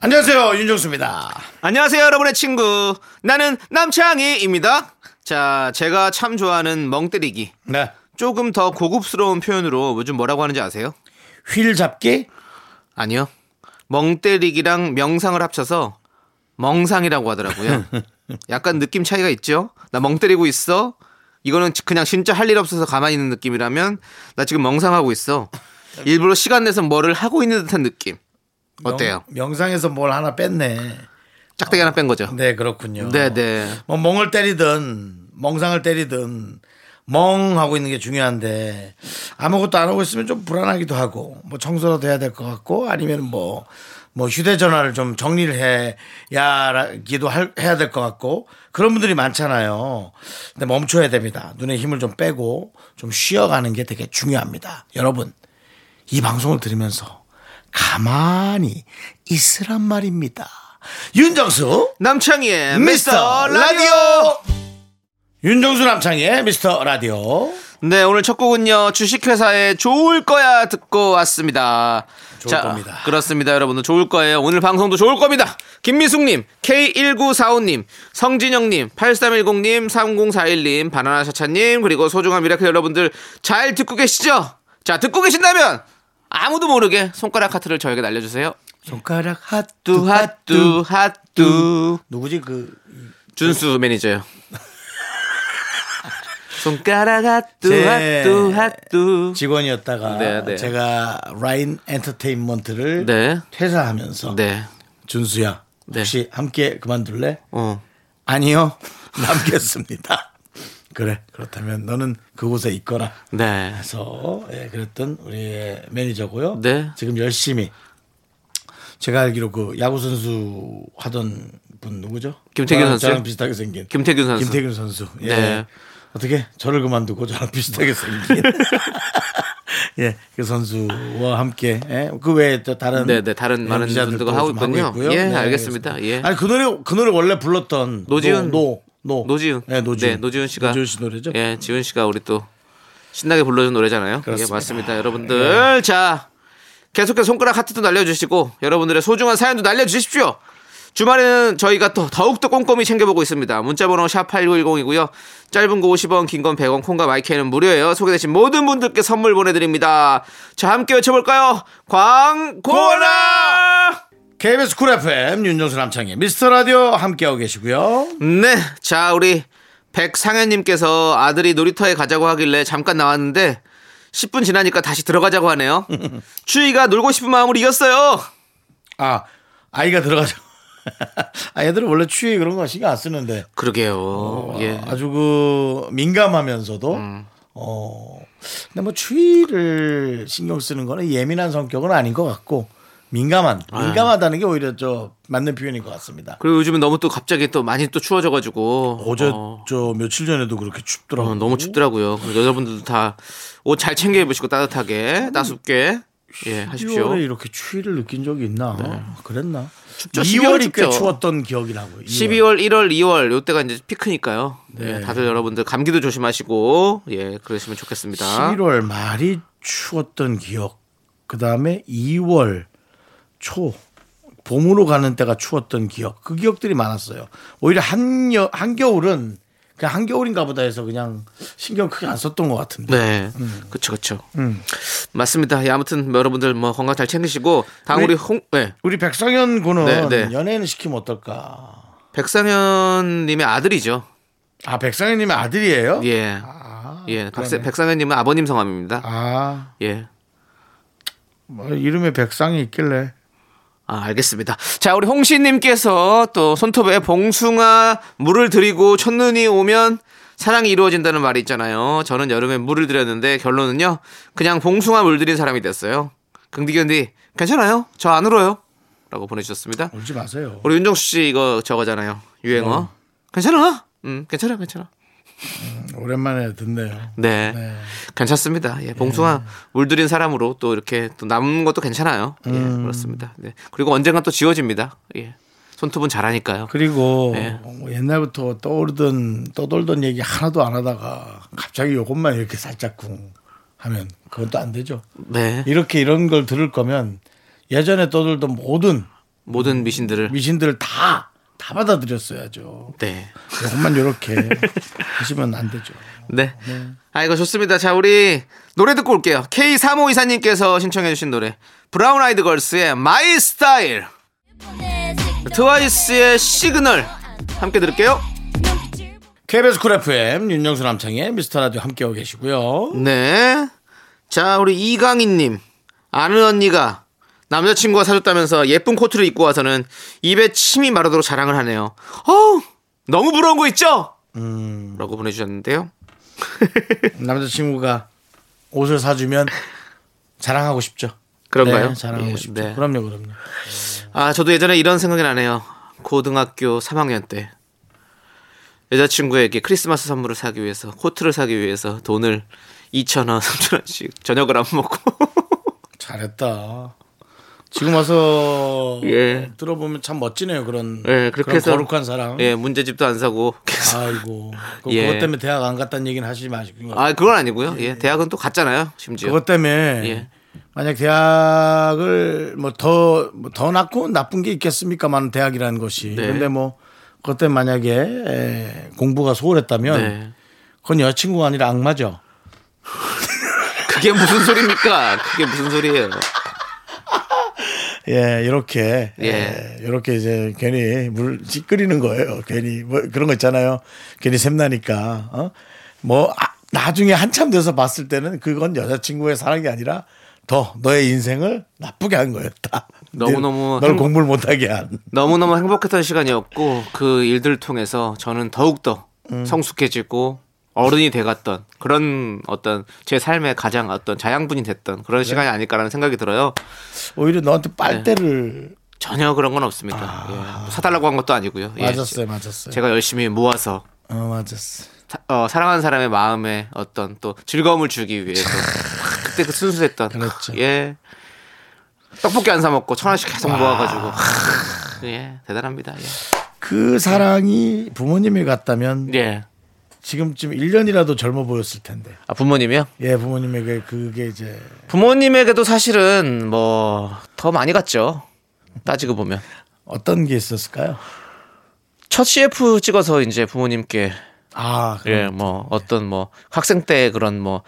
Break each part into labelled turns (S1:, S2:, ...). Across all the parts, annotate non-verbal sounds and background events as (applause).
S1: 안녕하세요 윤정수입니다.
S2: 안녕하세요, 여러분의 친구. 나는 남창희입니다. 자, 제가 참 좋아하는 멍때리기.
S1: 네.
S2: 조금 더 고급스러운 표현으로 요즘 뭐라고 하는지 아세요?
S1: 휠 잡기
S2: 아니요. 멍때리기랑 명상을 합쳐서
S1: (laughs)
S2: 멍상이라고 하더라고요. 약간 느낌 차이가 있죠? 나 멍때리고 있어. 이거는 그냥 진짜 할 일 없어서 가만히 있는 느낌이라면 나 지금 멍상하고 있어. 일부러 시간 내서 뭐를 하고 있는 듯한 느낌. 어때요?
S1: 명, 명상에서 뭘 하나 뺐네.
S2: 짝대기 하나 뺀 거죠.
S1: 네 그렇군요.
S2: 네, 네.
S1: 뭐 멍을 때리든 멍상을 때리든 멍 하고 있는 게 중요한데 아무것도 안 하고 있으면 좀 불안하기도 하고 뭐 청소라도 해야 될 것 같고 아니면 뭐. 뭐 휴대전화를 좀 정리를 해야기도 할- 해야 될 것 같고 그런 분들이 많잖아요. 근데 멈춰야 됩니다. 눈에 힘을 좀 빼고 좀 쉬어가는 게 되게 중요합니다. 여러분 이 방송을 들으면서 가만히 있으란 말입니다. 윤정수
S2: 남창희의
S1: 미스터 라디오 윤정수 남창의 미스터 라디오
S2: 네, 오늘 첫 곡은요. 주식회사의 좋을 거야 듣고 왔습니다.
S1: 좋을 겁니다.
S2: 그렇습니다, 여러분. 좋을 거예요. 오늘 방송도 좋을 겁니다. 김미숙님, K1945님, 성진영님, 8310님, 3041님, 바나나샤차님, 그리고 소중한 미라클 여러분들 잘 듣고 계시죠? 자, 듣고 계신다면 아무도 모르게 손가락 하트를 저에게 날려주세요.
S1: 손가락
S2: 뚜,
S1: 핫뚜
S2: 핫뚜,
S1: 핫뚜
S2: 핫뚜.
S1: 누구지 그
S2: 준수 매니저요. (laughs) 손가락 핫뚜,
S1: 제-
S2: 핫뚜, 핫뚜.
S1: 직원이었다가
S2: 네, 네.
S1: 제가 라인 엔터테인먼트를
S2: 네.
S1: 퇴사하면서
S2: 네.
S1: 준수야
S2: 네.
S1: 혹시 함께 그만둘래?
S2: 어.
S1: 아니요 (laughs) 남겠습니다 그래 그렇다면 너는 그곳에 있거라
S2: 네.
S1: 그래서 예, 그랬던 우리의 매니저고요.
S2: 네.
S1: 지금 열심히 제가 알기로 그 야구 선수 하던 분 누구죠?
S2: 김태균
S1: 저랑-
S2: 선수요?
S1: 저랑 비슷하게 생긴
S2: 김태균 선수.
S1: 김태균 선수. 예.
S2: 네.
S1: 어떻게 저를 그만두고 저랑 비슷하게
S2: (laughs)
S1: 생긴 예, 그 선수와 함께 예, 그 외에 또 다른
S2: 네, 네, 다른 많은
S1: 기자들도
S2: 분들과 하고
S1: 좀
S2: 있군요. 예,
S1: 네,
S2: 알겠습니다. 예.
S1: 아니 그 노래 그 노래 원래 불렀던
S2: 노지훈.
S1: 노, 노, 노.
S2: 노지훈.
S1: 네, 노지훈.
S2: 씨가
S1: 노지훈 씨 노래죠?
S2: 예, 지훈 씨가 우리 또 신나게 불러준 노래잖아요.
S1: 그렇습니다. 네.
S2: 예, 맞습니다. 여러분들. 자. 계속해서 손가락 하트도 날려 주시고 여러분들의 소중한 사연도 날려 주십시오. 주말에는 저희가 또 더욱더 꼼꼼히 챙겨보고 있습니다. 문자번호 샵8910이고요. 짧은 거 50원, 긴 건 100원, 콩과 마이크는 무료예요. 소개되신 모든 분들께 선물 보내드립니다. 자, 함께 외쳐볼까요? 광고라!
S1: KBS 쿨 FM 윤정수 남창희 미스터 라디오 함께하고 계시고요.
S2: 네, 자 우리 백상현님께서 아들이 놀이터에 가자고 하길래 잠깐 나왔는데 10분 지나니까 다시
S1: (laughs)
S2: 들어가자고 하네요. 추위가 놀고 싶은 마음을 이겼어요.
S1: 아 아이가 들어가죠. (laughs) 아 애들은 원래 추위 그런 거 신경 안 쓰는데
S2: 그러게요.
S1: 어.
S2: 예.
S1: 아주 그 민감하면서도 어 근데 뭐 추위를 신경 쓰는 거는 예민한 성격은 아닌 것 같고 민감한 민감하다는 게 오히려 저 맞는 표현인 것 같습니다.
S2: 그리고 요즘은 너무 또 갑자기 또 많이 또 추워져가지고
S1: 어제
S2: 어,
S1: 저 며칠 전에도 그렇게 춥더라고.
S2: 어, 너무 춥더라고요. 그래서 여러분들도 다 옷 잘 챙겨 입으시고 따뜻하게 따숩게 예
S1: 음,
S2: 하십시오.
S1: 10월에 이렇게 추위를 느낀 적이 있나? 어, 그랬나?
S2: 춥죠.
S1: 2월이
S2: 12월
S1: 꽤
S2: 춥죠.
S1: 추웠던 기억이 나고.
S2: 12월, 1월, 2월 요때가 이제 피크니까요.
S1: 네.
S2: 예, 다들 여러분들 감기도 조심하시고 예 그러시면 좋겠습니다.
S1: 11월 말이 추웠던 기억. 그 다음에 2월 초 봄으로 가는 때가 추웠던 기억. 그 기억들이 많았어요. 오히려 한여, 한겨울은 그냥 한겨울인가 보다 해서 그냥 신경 크게 안 썼던 것 같은데.
S2: 네,
S1: 음.
S2: 그렇죠, 그렇죠. 맞습니다. 예, 아무튼 여러분들 뭐 건강 잘 챙기시고 다음
S1: 우리-
S2: 우리 홍, 네,
S1: 우리 백성현 군은
S2: 네, 네.
S1: 연예인 시키면 어떨까?
S2: 백상현님의 아들이죠.
S1: 아, 백성현님의 아들이에요?
S2: 예,
S1: 아,
S2: 예,
S1: 그러네.
S2: 박세, 백상현님은 아버님 성함입니다.
S1: 아,
S2: 예,
S1: 뭐 이름에 백상이 있길래.
S2: 아, 알겠습니다. 자, 우리 홍신님께서 또 손톱에 봉숭아 물을 드리고 첫눈이 오면 사랑이 이루어진다는 말이 있잖아요. 저는 여름에 물을 드렸는데 결론은요, 그냥 봉숭아 물 드린 사람이 됐어요. 긍디견디 괜찮아요? 저 안 울어요. 라고 보내주셨습니다.
S1: 울지 마세요.
S2: 우리 윤정수 씨 이거 저거잖아요. 유행어. 괜찮아? 응, 괜찮아, 괜찮아.
S1: 오랜만에 듣네요.
S2: 네.
S1: 네.
S2: 괜찮습니다. 예, 봉숭아 물들인 사람으로 또 이렇게 또 남은 것도 괜찮아요. 예, 그렇습니다. 네. 그리고 언젠간 또 지워집니다. 예. 손톱은 잘하니까요.
S1: 그리고
S2: 네.
S1: 뭐 옛날부터 떠오르던 떠돌던 얘기 하나도 안 하다가 갑자기 요것만 이렇게 살짝 쿵 하면 그건 또 안 되죠.
S2: 네.
S1: 이렇게 이런 걸 들을 거면 예전에 떠돌던 모든
S2: 모든 미신들을
S1: 미신들을 다, 다 받아들였어야죠.
S2: 네.
S1: 이것만 이렇게
S2: (laughs)
S1: 하시면 안 되죠.
S2: 네. 아, 이거 좋습니다. 자, 우리 노래 듣고 올게요. K35 이사님께서 신청해주신 노래. 브라운 아이드 걸스의 마이 스타일. 트와이스의 시그널. 함께 들을게요.
S1: KBS 쿨 FM 윤정수 남창의 미스터 라디오 함께하고 계시고요.
S2: 네. 자, 우리 이강인님. 아는 언니가 남자친구가 사줬다면서 예쁜 코트를 입고 와서는 입에 침이 마르도록 자랑을 하네요. 어우, 너무 부러운 거 있죠?
S1: 음.
S2: 라고 보내주셨는데요.
S1: 남자친구가 옷을 사주면 자랑하고 싶죠.
S2: 그런가요?
S1: 네, 자랑하고
S2: 예,
S1: 싶죠.
S2: 네.
S1: 그럼요, 그럼요.
S2: 아, 저도 예전에 이런 생각이 나네요. 고등학교 3학년 때 여자친구에게 크리스마스 선물을 사기 위해서 코트를 사기 위해서 돈을 2,000원, (laughs) 3,000원씩 저녁을 안 먹고 (laughs)
S1: 잘했다. 지금 와서
S2: (laughs) 예.
S1: 들어보면 참 멋지네요. 그런,
S2: 예, 그렇게
S1: 그런
S2: 해서
S1: 거룩한 사랑.
S2: 예, 문제집도 안 사고 계속
S1: 아이고. 그,
S2: 예.
S1: 그것 때문에 대학 안 갔다는 얘기는 하지 마시고.
S2: 아, 그건 아니고요. 예, 대학은 또 갔잖아요. 심지어.
S1: 네. 그것 때문에
S2: 예.
S1: 만약 대학을 뭐 더 더 낫고 나쁜 게 있겠습니까만 대학이라는 것이
S2: 네.
S1: 근데 뭐 그때 만약에 에, 공부가 소홀했다면
S2: 네.
S1: 그건 여자친구가 아니라 악마죠
S2: 그게 무슨 소리입니까? 그게 무슨 소리예요?
S1: 예 이렇게
S2: 예.
S1: 예, 이렇게 이제 괜히 물 찌끄리는 거예요 괜히 뭐 그런 거 있잖아요 괜히 샘나니까 어? 뭐 아, 나중에 한참 돼서 봤을 때는 그건 여자친구의 사랑이 아니라 더 너의 인생을 나쁘게 한 거였다 (laughs)
S2: 너무너무
S1: 널
S2: 행-
S1: 공부를 못하게 한
S2: 너무너무 행복했던 시간이었고 그 일들 통해서 저는 더욱더
S1: 음.
S2: 성숙해지고 어른이 돼갔던 그런 어떤 제 삶의 가장 어떤 자양분이 됐던 그런 시간이 아닐까라는 생각이 들어요.
S1: 오히려 너한테 빨대를
S2: 전혀 그런 건 없습니다. 예, 뭐 사달라고 한 것도 아니고요. 예,
S1: 아. 맞았어요, 맞았어요.
S2: 제가 열심히 모아서
S1: 어, 맞았어.
S2: 사- 어, 사랑하는 사람의 마음에 어떤 또 즐거움을 주기 위해서 그때 그 순수했던
S1: 그렇죠.
S2: 예 떡볶이 안 사 먹고 천 원씩 계속 모아가지고 예 대단합니다.
S1: 그 사랑이 부모님이 같다면
S2: 예, 예.
S1: 지금쯤 1년이라도 젊어 보였을 텐데.
S2: 아 부모님이요?
S1: 예, 부모님에게 그게 이제
S2: 부모님에게도 사실은 뭐 더 많이 갔죠. 따지고 보면
S1: 어떤 게 있었을까요?
S2: 첫 CF 찍어서 이제 부모님께
S1: 아, 그럼.
S2: 예 뭐 어떤 뭐 학생 때 그런 뭐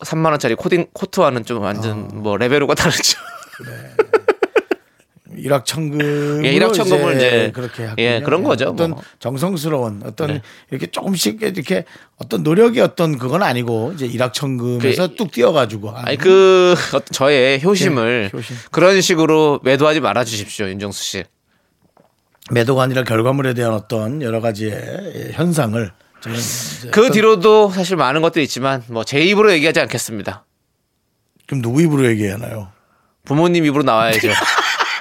S2: 3만 원짜리 코딩 코트와는 좀 완전 뭐 레벨로가 다르죠.
S1: 일확천금.
S2: 예, 일확천금을 이제
S1: 그렇게 하고.
S2: 예, 그런 거죠,
S1: 어떤
S2: 뭐. 네.
S1: 정성스러운 어떤 이렇게 조금씩 이렇게 어떤 노력이 어떤 그건 아니고 이제 일확천금에서 뚝 뛰어가지고. 하는.
S2: 그 아니 그 (laughs) 어떤 저의 효심을
S1: 예, 효심.
S2: 그런 식으로 매도하지 말아 주십시오, 윤정수 씨.
S1: 매도가 아니라 결과물에 대한 어떤 여러 가지의 현상을 저는 이제
S2: 그 뒤로도 사실 많은 것들이 있지만 뭐 제 입으로 얘기하지 않겠습니다.
S1: 그럼 누구 입으로 얘기하나요?
S2: 부모님 입으로 (laughs) 나와야죠.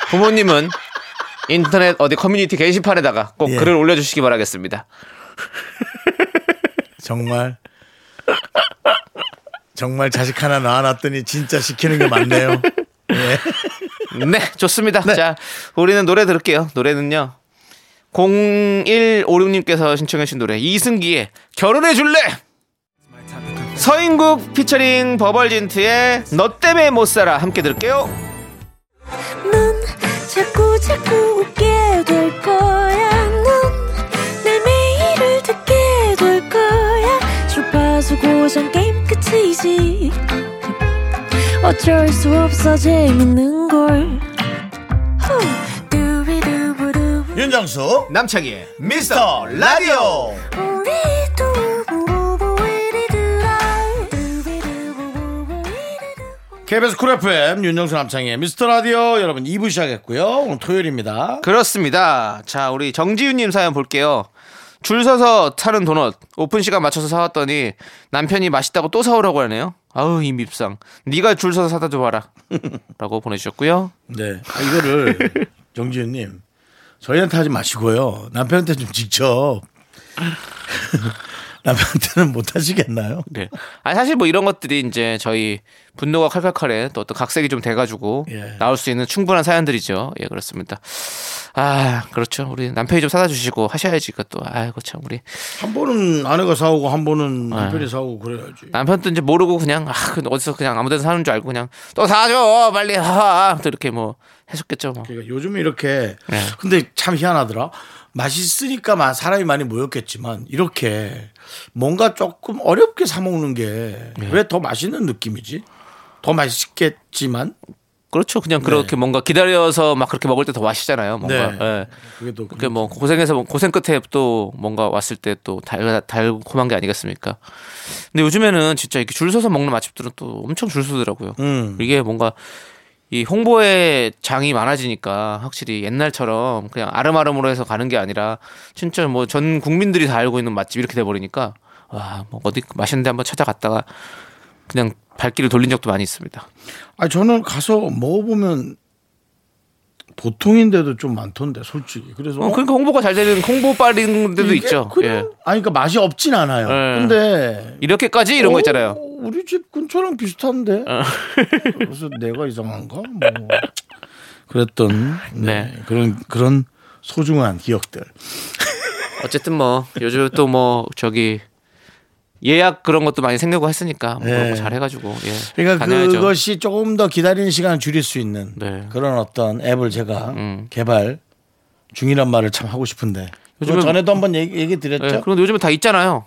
S2: 부모님은 인터넷 어디 커뮤니티 게시판에다가 꼭
S1: 예.
S2: 글을 올려 주시기 바라겠습니다.
S1: 정말 정말 자식 하나 낳아놨더니 진짜 시키는 게 맞네요. 예.
S2: 네, 좋습니다. 자, 우리는 노래 들을게요. 노래는요. 0156님께서 신청해 주신 노래 이승기의 결혼해 줄래? 서인국 피처링 버벌진트의 너 때문에 못 살아 함께 들을게요.
S3: 넌 자꾸 자꾸 웃게 될 거야. 넌내 매일을 듣게 될 거야. 주파수 고정 게임 끝이지. 어쩔 수 없어 재밌는 걸. 후. 두비두부두.
S1: (laughs) 윤정수
S2: 남창희의
S1: 미스터 라디오
S3: 우리 두부부부 우리 두라. 두비두부부부 우리 두라.
S1: KBS 쿨 FM 윤정수 남창의 미스터 라디오 여러분 2부 시작했고요. 오늘 토요일입니다.
S2: 그렇습니다. 자, 우리 정지윤님 사연 볼게요. 줄 서서 사는 도넛 오픈 시간 맞춰서 사왔더니 남편이 맛있다고 또 사오라고 하네요. 아우 이 밉상. 네가 줄 서서 사다 줘봐라. 라고 보내주셨고요.
S1: 네. 아, 이거를 (laughs) 정지윤님 저희한테 하지 마시고요. 남편한테 좀 직접 (laughs) 남편한테는 못 하시겠나요?
S2: 네. 아 사실 뭐 이런 것들이 이제 저희 분노가 칼칼칼에 또 어떤 각색이 좀 돼가지고
S1: 예.
S2: 나올 수 있는 충분한 사연들이죠. 예 그렇습니다. 아 그렇죠. 우리 남편이 좀 사다 주시고 하셔야지 그것도 아이고 참 우리
S1: 한 번은 아내가 예. 사오고 한 번은 남편이 사오고 그래야지.
S2: 남편도 이제 모르고 그냥 아 근데 어디서 그냥 아무데나 사는 줄 알고 그냥 또 사줘 빨리 하하 또 이렇게 뭐 했었겠죠 뭐.
S1: 그러니까 요즘 이렇게
S2: 네.
S1: 근데 참 희한하더라. 맛있으니까 마- 사람이 많이 모였겠지만 이렇게 뭔가 조금 어렵게 사 먹는 게
S2: 네.
S1: 왜 더 맛있는 느낌이지? 더 맛있겠지만
S2: 그렇죠. 그냥 그렇게 뭔가 기다려서 막 그렇게 먹을 때 더 맛있잖아요. 뭔가.
S1: 네.
S2: 예.
S1: 그게 또
S2: 그게 뭐 고생해서 뭐 고생 끝에 또 뭔가 왔을 때 또 달콤한 게 아니겠습니까? 근데 요즘에는 진짜 이렇게 줄 서서 먹는 맛집들은 또 엄청 줄 서더라고요.
S1: 음.
S2: 이게 뭔가 이 홍보의 장이 많아지니까 확실히 옛날처럼 그냥 아름아름으로 해서 가는 게 아니라 진짜 뭐 전 국민들이 다 알고 있는 맛집 이렇게 돼 버리니까 와 뭐 어디 맛있는 데 한번 찾아갔다가 그냥 발길을 돌린 적도 많이 있습니다.
S1: 아 저는 가서 먹어보면 보통인데도 좀 많던데 솔직히 그래서
S2: 어,
S1: 어,
S2: 그러니까 홍보가 잘 되는 홍보 빠른 데도
S1: 이게
S2: 있죠.
S1: 그냥-
S2: 예.
S1: 아니 그러니까 맛이 없진 않아요.
S2: 예.
S1: 근데
S2: 이렇게까지 이런
S1: 어,
S2: 거 있잖아요. 어.
S1: 우리 집 근처랑 비슷한데 그래서 내가 이상한가? 뭐 그랬던 네,
S2: 네.
S1: 그런 그런 소중한 기억들.
S2: 어쨌든 뭐 요즘 또 뭐 저기 예약 그런 것도 많이 생기고 했으니까 뭐 그런
S1: 네.
S2: 거 잘 해가지고 예.
S1: 그러니까
S2: 다녀야죠.
S1: 그것이 조금 더 기다리는 시간을 줄일 수 있는
S2: 네. 음.
S1: 그런 어떤 앱을 제가 개발 중이란 말을 참 하고 싶은데 요즘
S2: 요즘은-
S1: 전에도 한번 얘기, 얘기
S2: 예,
S1: 드렸죠.
S2: 그런데 요즘에 다 있잖아요.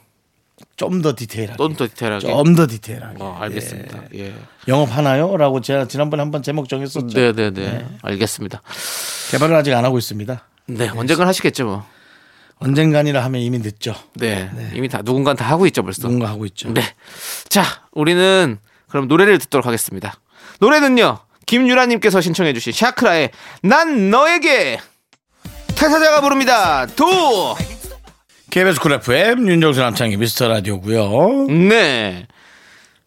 S1: 좀 더 디테일하게.
S2: 넌 또 디테일하게.
S1: 좀 더 디테일하게.
S2: 어, 알겠습니다. 예.
S1: 영업하나요? 라고 제가 지난번에 한번 제목 정했었죠.
S2: 네, 네, 네. 알겠습니다.
S1: 개발을 아직 안 하고 있습니다.
S2: 네, 언젠간 하시겠죠 뭐.
S1: 언젠간이라 하면 이미 늦죠.
S2: 네. 이미 다 누군가 다 하고 있죠 벌써.
S1: 뭔가 하고 있죠.
S2: 네. 자, 우리는 그럼 노래를 듣도록 하겠습니다. 노래는요. 김유라님께서 신청해주신 샤크라의 난 너에게 태사자가 부릅니다. 도.
S1: KBS 쿨 FM 윤정수 남창희 미스터 라디오고요.
S2: 네.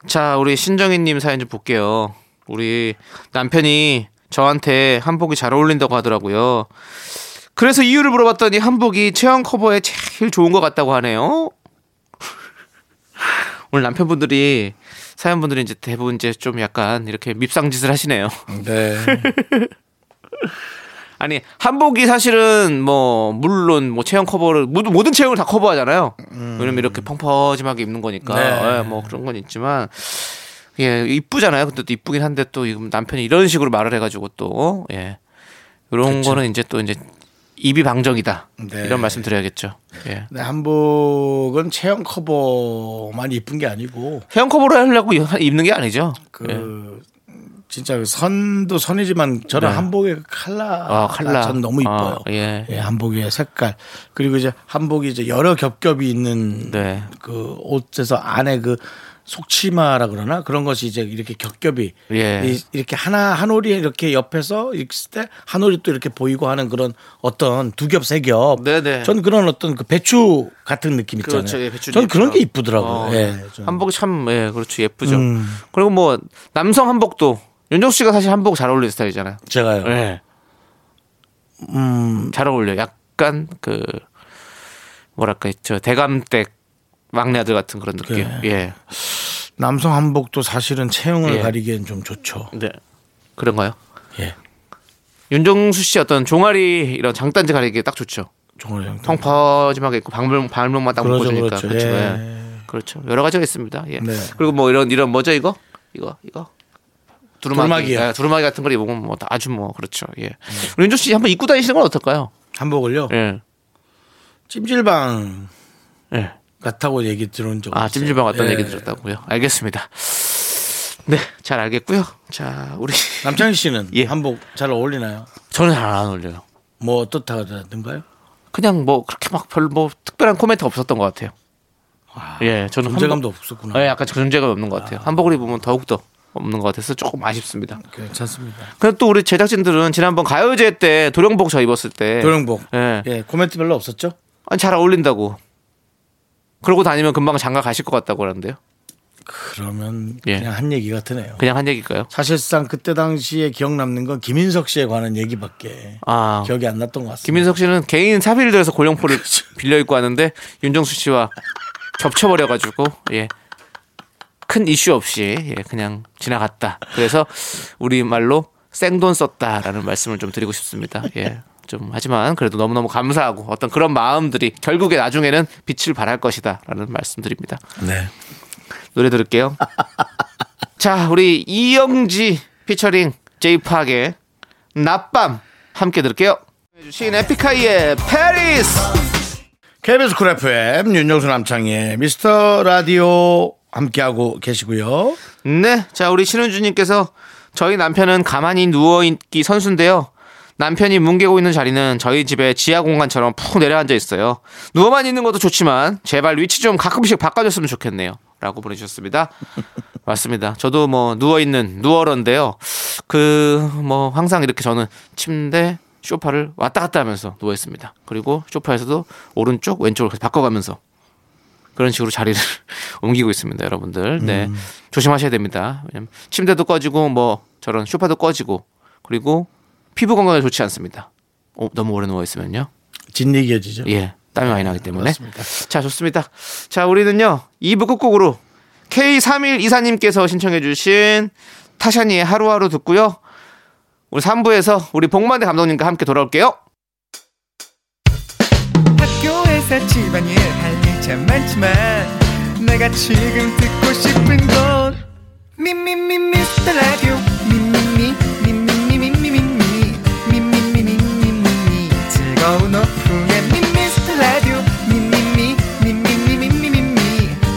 S2: 자, 우리 신정희님 사연 좀 볼게요. 우리 남편이 저한테 한복이 잘 어울린다고 하더라고요. 그래서 이유를 물어봤더니 한복이 체형 커버에 제일 좋은 것 같다고 하네요. (laughs) 오늘 남편분들이 사연분들이 이제 대부분 이제 좀 약간 이렇게 밉상짓을 하시네요.
S1: 네.
S2: 아니 한복이 사실은 뭐 물론 뭐 체형 커버를 모든 모든 체형을 다 커버하잖아요.
S1: 음.
S2: 왜냐면 이렇게 펑퍼짐하게 입는 거니까
S1: 네.
S2: 예, 뭐 그런 건 있지만 예 이쁘잖아요. 근데 또 이쁘긴 한데 또 이거 남편이 이런 식으로 말을 해가지고 또예 이런 거는 이제 또 이제 입이 방정이다
S1: 그렇죠. 네.
S2: 이런 말씀 드려야겠죠. 예.
S1: 네, 한복은 체형 커버만 이쁜 게 아니고
S2: 체형 커버를 하려고 입는 게 아니죠. 예.
S1: 그 진짜 그 선도 선이지만 저는
S2: 네.
S1: 한복의 그 칼라,
S2: 아, 칼라.
S1: 전 너무 이뻐요.
S2: 아, 예.
S1: 한복의 색깔 그리고 이제 한복이 이제 여러 겹겹이 있는
S2: 네.
S1: 그 옷에서 안에 그 속치마라 그러나 그런 것이 이제 이렇게 겹겹이
S2: 예.
S1: 이- 이렇게 하나 한 올이 이렇게 옆에서 있을 때 한 올이 또 이렇게 보이고 하는 그런 어떤 두 겹 세 겹.
S2: 네네.
S1: 전 그런 어떤 그 배추 같은 느낌 있잖아요.
S2: 그렇죠. 예, 배추
S1: 전 그런
S2: 있죠.
S1: 게 이쁘더라고요.
S2: 어,
S1: 예, 좀.
S2: 한복이 참, 예, 그렇죠. 예쁘죠.
S1: 음.
S2: 그리고 뭐, 남성 한복도, 윤정수 씨가 사실 한복 잘 어울리는 스타일이잖아요.
S1: 제가요.
S2: 예. 잘 어울려. 약간 그 뭐랄까 저 대감댁 막내 아들 같은 그런 느낌.
S1: 네.
S2: 예.
S1: 남성 한복도 사실은 체형을
S2: 예.
S1: 가리기엔 좀 좋죠.
S2: 네. 그런가요?
S1: 예.
S2: 윤정수 씨 어떤 종아리 이런 장단지 가리기 딱 좋죠.
S1: 종아리 형.
S2: 펑퍼짐하게 있고 방물 발목만 딱
S1: 그러죠,
S2: 묶어 주니까.
S1: 그렇죠.
S2: 그렇죠.
S1: 예.
S2: 예. 그렇죠. 여러 가지가 있습니다. 예.
S1: 네.
S2: 그리고 뭐 이런 이런 뭐죠 이거? 이거 이거 두루마기,
S1: 두루마기요. 음.
S2: 예, 두루마기 같은 걸 입으면 뭐 아주 뭐 그렇죠. 예. 우리 윤정 씨 한번 입고 다니시는 건 어떨까요?
S1: 한복을요.
S2: 예.
S1: 찜질방
S2: 예.
S1: 같다고 얘기 들은 적.
S2: 아, 찜질방 왔다는
S1: 예.
S2: 얘기 들었다고요? 알겠습니다. 네, 잘 알겠고요. 자, 우리 (laughs)
S1: 남창희 씨는
S2: 예.
S1: 한복 잘 어울리나요?
S2: 저는 잘 안 어울려요.
S1: 뭐 어떻다든가요?
S2: 그냥 뭐 그렇게 막 별 뭐 특별한 코멘트 없었던 것 같아요. 예, 저는
S1: 존재감도
S2: 한복-
S1: 없었구나.
S2: 예, 약간 존재감 없는 것 같아요. 한복을 입으면 더욱더 없는 것 같아서 조금 아쉽습니다.
S1: 괜찮습니다.
S2: 그래도 또 우리 제작진들은 지난번 가요제 때 도령복 저 입었을 때
S1: 도령복.
S2: 예.
S1: 예. 코멘트 별로 없었죠?
S2: 아니, 잘 어울린다고. 그러고 다니면 금방 장가 가실 것 같다고 그러는데요.
S1: 그러면
S2: 예.
S1: 그냥 한 얘기 같으네요.
S2: 그냥 한 얘기일까요?
S1: 사실상 그때 당시에 기억 남는 건 김인석 씨에 관한 얘기밖에
S2: 아.
S1: 기억이 안 났던 것 같습니다. 그렇죠.
S2: 김인석 씨는 개인 사비를 들여서 고령포를 빌려 입고 왔는데 윤정수 씨와 겹쳐버려가지고 예. 큰 이슈 없이 예, 그냥 지나갔다. 그래서 우리 말로 생돈 썼다라는 말씀을 좀 드리고 싶습니다. 예. 좀 하지만 그래도 너무너무 감사하고 어떤 그런 마음들이 결국에 나중에는 빛을 발할 것이다라는 말씀드립니다.
S1: 네.
S2: 노래 들을게요. 자, 우리 이영지 피처링 제이팍의 낮밤 함께 들을게요. 주신 에픽하이의 페리스.
S1: KBS 쿨 FM 윤정수 남창의 미스터 라디오 함께하고 계시고요.
S2: 네, 자 우리 신은주님께서 저희 남편은 가만히 누워 있기 선수인데요. 남편이 뭉개고 있는 자리는 저희 집의 지하 공간처럼 푹 내려앉아 있어요. 누워만 있는 것도 좋지만 제발 위치 좀 가끔씩 바꿔줬으면 좋겠네요. 라고 보내주셨습니다. (laughs) 맞습니다. 저도 뭐 누워 있는 누워런데요. 그 뭐 항상 이렇게 저는 침대 쇼파를 왔다 갔다 하면서 누워 있습니다. 그리고 쇼파에서도 오른쪽 왼쪽을 계속 바꿔가면서 그런 식으로 자리를 (laughs) 옮기고 있습니다, 여러분들. 네. 조심하셔야 됩니다. 왜냐면 침대도 꺼지고 뭐 저런 쇼파도 꺼지고 그리고 피부 건강에 좋지 않습니다. 어, 너무 오래 누워 있으면요.
S1: 진리겨지죠.
S2: 예. 땀이 많이 나기 때문에. 자, 좋습니다. 자, 우리는요. 2부 끝곡으로 K31 이사님께서 신청해 주신 타샤니의 하루하루 듣고요. 우리 3부에서 우리 복만대 감독님과 함께 돌아올게요.
S4: 학교에서 집안일 할 일 참 많지만 내가 지금 듣고 싶은 건 미미미 미스터 라디오 미미미 미미미 미미미 미미미 미미미 즐거운 오후에 미스터 라디오 미미미 미미미 미미미